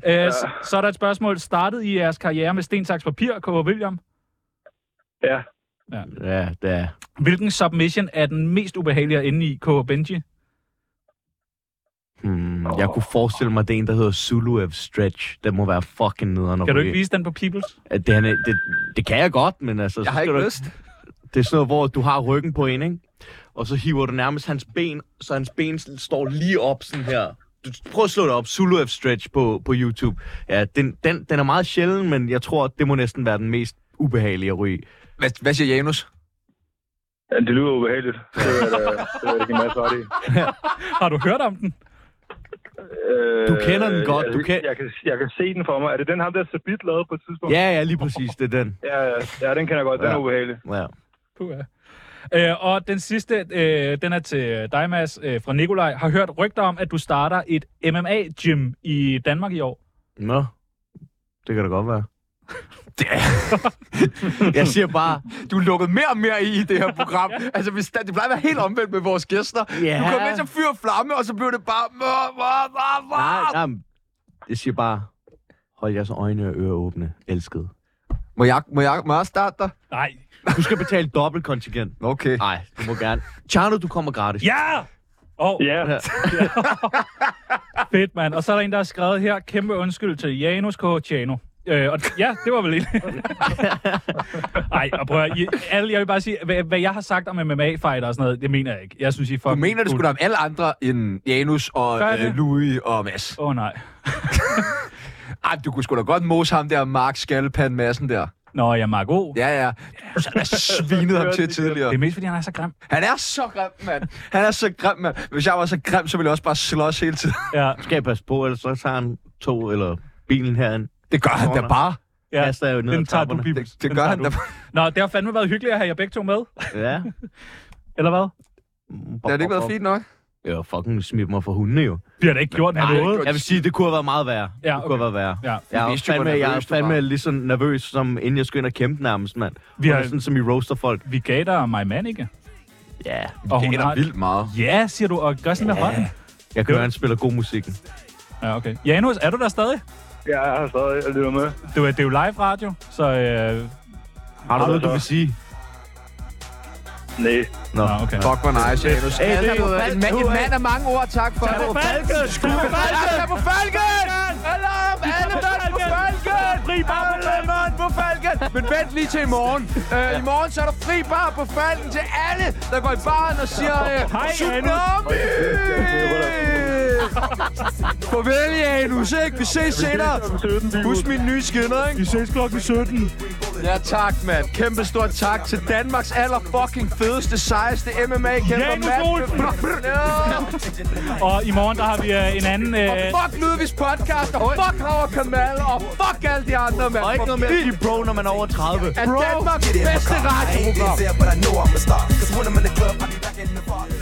Speaker 4: Øh, ja. så, så er der et spørgsmål. Startede I jeres karriere med sten, saks, papir, K.H. William?
Speaker 12: Ja,
Speaker 3: Ja, det er...
Speaker 4: Hvilken submission er den mest ubehagelige at ende i, K.H. Benji?
Speaker 3: Hmm, jeg kunne forestille mig, det er en, der hedder Zulu F. Stretch. Den må være fucking nederen. at
Speaker 4: Kan du
Speaker 3: ryge.
Speaker 4: ikke vise den på Peoples?
Speaker 3: At Det, han er, det, det kan jeg godt, men altså...
Speaker 1: Jeg har
Speaker 3: skal
Speaker 1: ikke
Speaker 3: du,
Speaker 1: lyst.
Speaker 3: Det er sådan noget, hvor du har ryggen på en, ikke? Og så hiver du nærmest hans ben, så hans ben sådan står lige op sådan her. Du, prøv at slå det op. Zulu F. Stretch på, på YouTube. Ja, den, den, den er meget sjælden, men jeg tror, det må næsten være den mest ubehagelige at ryge.
Speaker 1: Hvad, hvad siger Janus?
Speaker 12: ja det lyder ubehageligt. Det er, øh, det er ikke en masse ret i.
Speaker 4: Har du hørt om den?
Speaker 12: Øh,
Speaker 3: Du kender den godt,
Speaker 12: Jeg,
Speaker 3: du
Speaker 12: jeg,
Speaker 3: ken-
Speaker 12: jeg, kan, jeg kan se den for mig. Er det den ham, der Sabit lavede på et tidspunkt?
Speaker 3: Ja, ja, lige præcis. Det er den.
Speaker 12: Ja, ja, ja den kender jeg godt. Den
Speaker 3: Ja.
Speaker 12: er ubehagelig.
Speaker 3: Ja.
Speaker 4: Puha. Øh, og den sidste, øh, den er til dig, Mads, øh, fra Nikolaj. Har hørt rygter om, at du starter et MMA-gym i Danmark i år.
Speaker 3: Nå, det kan da godt
Speaker 4: <laughs>
Speaker 3: være. <laughs> jeg siger bare,
Speaker 1: Du er lukket mere og mere i i det her
Speaker 4: <laughs>
Speaker 1: program. altså, hvis, det plejer at være helt omvendt med vores gæster.
Speaker 3: Ja.
Speaker 1: Du kom ind til fyr og flamme, og så blev det bare... Mør, mør, mør, mør.
Speaker 3: nej, nej, men jeg siger bare, hold jeres øjne og ører åbne, elskede.
Speaker 1: Må, jeg, må, jeg, må jeg starte dig?
Speaker 4: Nej.
Speaker 3: Du skal betale dobbelt kontingent.
Speaker 1: Okay.
Speaker 3: Nej, du må gerne. Tjerno, du kommer gratis.
Speaker 4: Ja! Og
Speaker 12: Ja,
Speaker 4: fedt, mand. Og så er der en, der har skrevet her, kæmpe undskyld til Janus K. Tjano. Øh, og ja, det var vel en. Ej, og prøv at, I, alle, jeg vil bare sige, hvad, hvad jeg har sagt om MMA-fighter og sådan noget, det mener jeg ikke. Jeg synes, I er
Speaker 1: Du
Speaker 4: fucking
Speaker 1: mener det
Speaker 4: cool.
Speaker 1: skulle da om alle andre end Janus
Speaker 4: Gør
Speaker 1: og
Speaker 4: jeg
Speaker 1: øh,
Speaker 4: det?
Speaker 1: Louis og Mads.
Speaker 4: Åh oh, nej.
Speaker 1: Ej, du kunne sgu da godt mose ham der Mark Skalpan Madsen der.
Speaker 4: Nå, jeg er meget god.
Speaker 1: Ja, ja. Du har da svinet ham til tidligere.
Speaker 4: Det er mest, fordi han er så grim.
Speaker 1: Han er så grim, mand. Han er så grim, mand. Hvis jeg var så grim, så ville jeg også bare slås hele tiden. <laughs>
Speaker 4: Ja,
Speaker 3: Skal jeg passe på, ellers så tager han to eller bilen herind.
Speaker 1: Det gør han da bare.
Speaker 4: ja.
Speaker 3: Kaster jeg jo ned ad
Speaker 4: den tager du,
Speaker 3: trapperne.
Speaker 4: Bibels.
Speaker 1: Det, det
Speaker 4: Den
Speaker 1: gør
Speaker 4: tager
Speaker 1: han
Speaker 4: du.
Speaker 1: da
Speaker 4: Nå, det har fandme været hyggeligt at have jer begge to med.
Speaker 3: Ja.
Speaker 4: Eller hvad?
Speaker 1: Det har det ikke været fint nok?
Speaker 3: Jeg har fucking smidt mig for hundene jo.
Speaker 4: Bliver det ikke gjort
Speaker 1: Nej, det er
Speaker 4: noget?
Speaker 1: ikke
Speaker 3: Jeg vil sige, det kunne have været meget værre.
Speaker 4: Ja,
Speaker 3: Det kunne have været værre.
Speaker 4: Ja.
Speaker 3: Jeg er,
Speaker 1: vidste jo, hvor
Speaker 3: fandme, jeg er
Speaker 1: nervøs du var.
Speaker 3: fandme lige så nervøs, som inden jeg skulle ind og kæmpe nærmest, mand.
Speaker 4: Vi
Speaker 3: Vi
Speaker 4: har-
Speaker 3: er sådan, som I roaster folk.
Speaker 4: Vi gav dig mig mand, ikke?
Speaker 3: Ja.
Speaker 4: Og
Speaker 1: Det er da
Speaker 4: har-
Speaker 1: vildt meget.
Speaker 4: Ja, siger du, og gør sådan med hånden.
Speaker 3: Jeg kan høre, han spiller god musik.
Speaker 4: Ja, okay. Janus, er du der stadig?
Speaker 12: jeg har stadig og lytter med.
Speaker 4: Det er, det er jo live radio, så... Øh...
Speaker 3: Har du noget, du vil sige?
Speaker 12: Nej.
Speaker 3: Nå,
Speaker 4: Nå, okay.
Speaker 1: Fuck, hvor nice, Janus. En, mand, en mand af mange ord. Tak for det.
Speaker 4: Falken! Skub på Falken!
Speaker 1: Alle på Falken! Alarm! Alle mand på Falken!
Speaker 4: Fri bar på
Speaker 1: Alle mand på Falken! Men vent lige til i morgen. Øh, I morgen så er der fri bar på Falken til alle, der går i baren og siger... Øh,
Speaker 4: Hej,
Speaker 1: Tsunami! Farvel, Janus, ikke? Vi ses senere. Husk mine nye skinner, ikke?
Speaker 4: Vi ses klokken 17.
Speaker 1: Ja, tak, mand. Kæmpe stor tak til Danmarks aller fucking fedeste, sejeste MMA-kæmper,
Speaker 4: Janus Olsen.
Speaker 1: Matt.
Speaker 4: Og i morgen, der har vi øh, en anden...
Speaker 1: Og fuck Ludvigs podcast, og fuck Howard Kamal, og fuck alle de andre, mand.
Speaker 3: Og ikke noget med at sige bro, når man er over 30.
Speaker 1: Er Danmarks bedste radioprogram.
Speaker 13: but I know I'm a star. Cause when I'm in the club, I be back in the bar.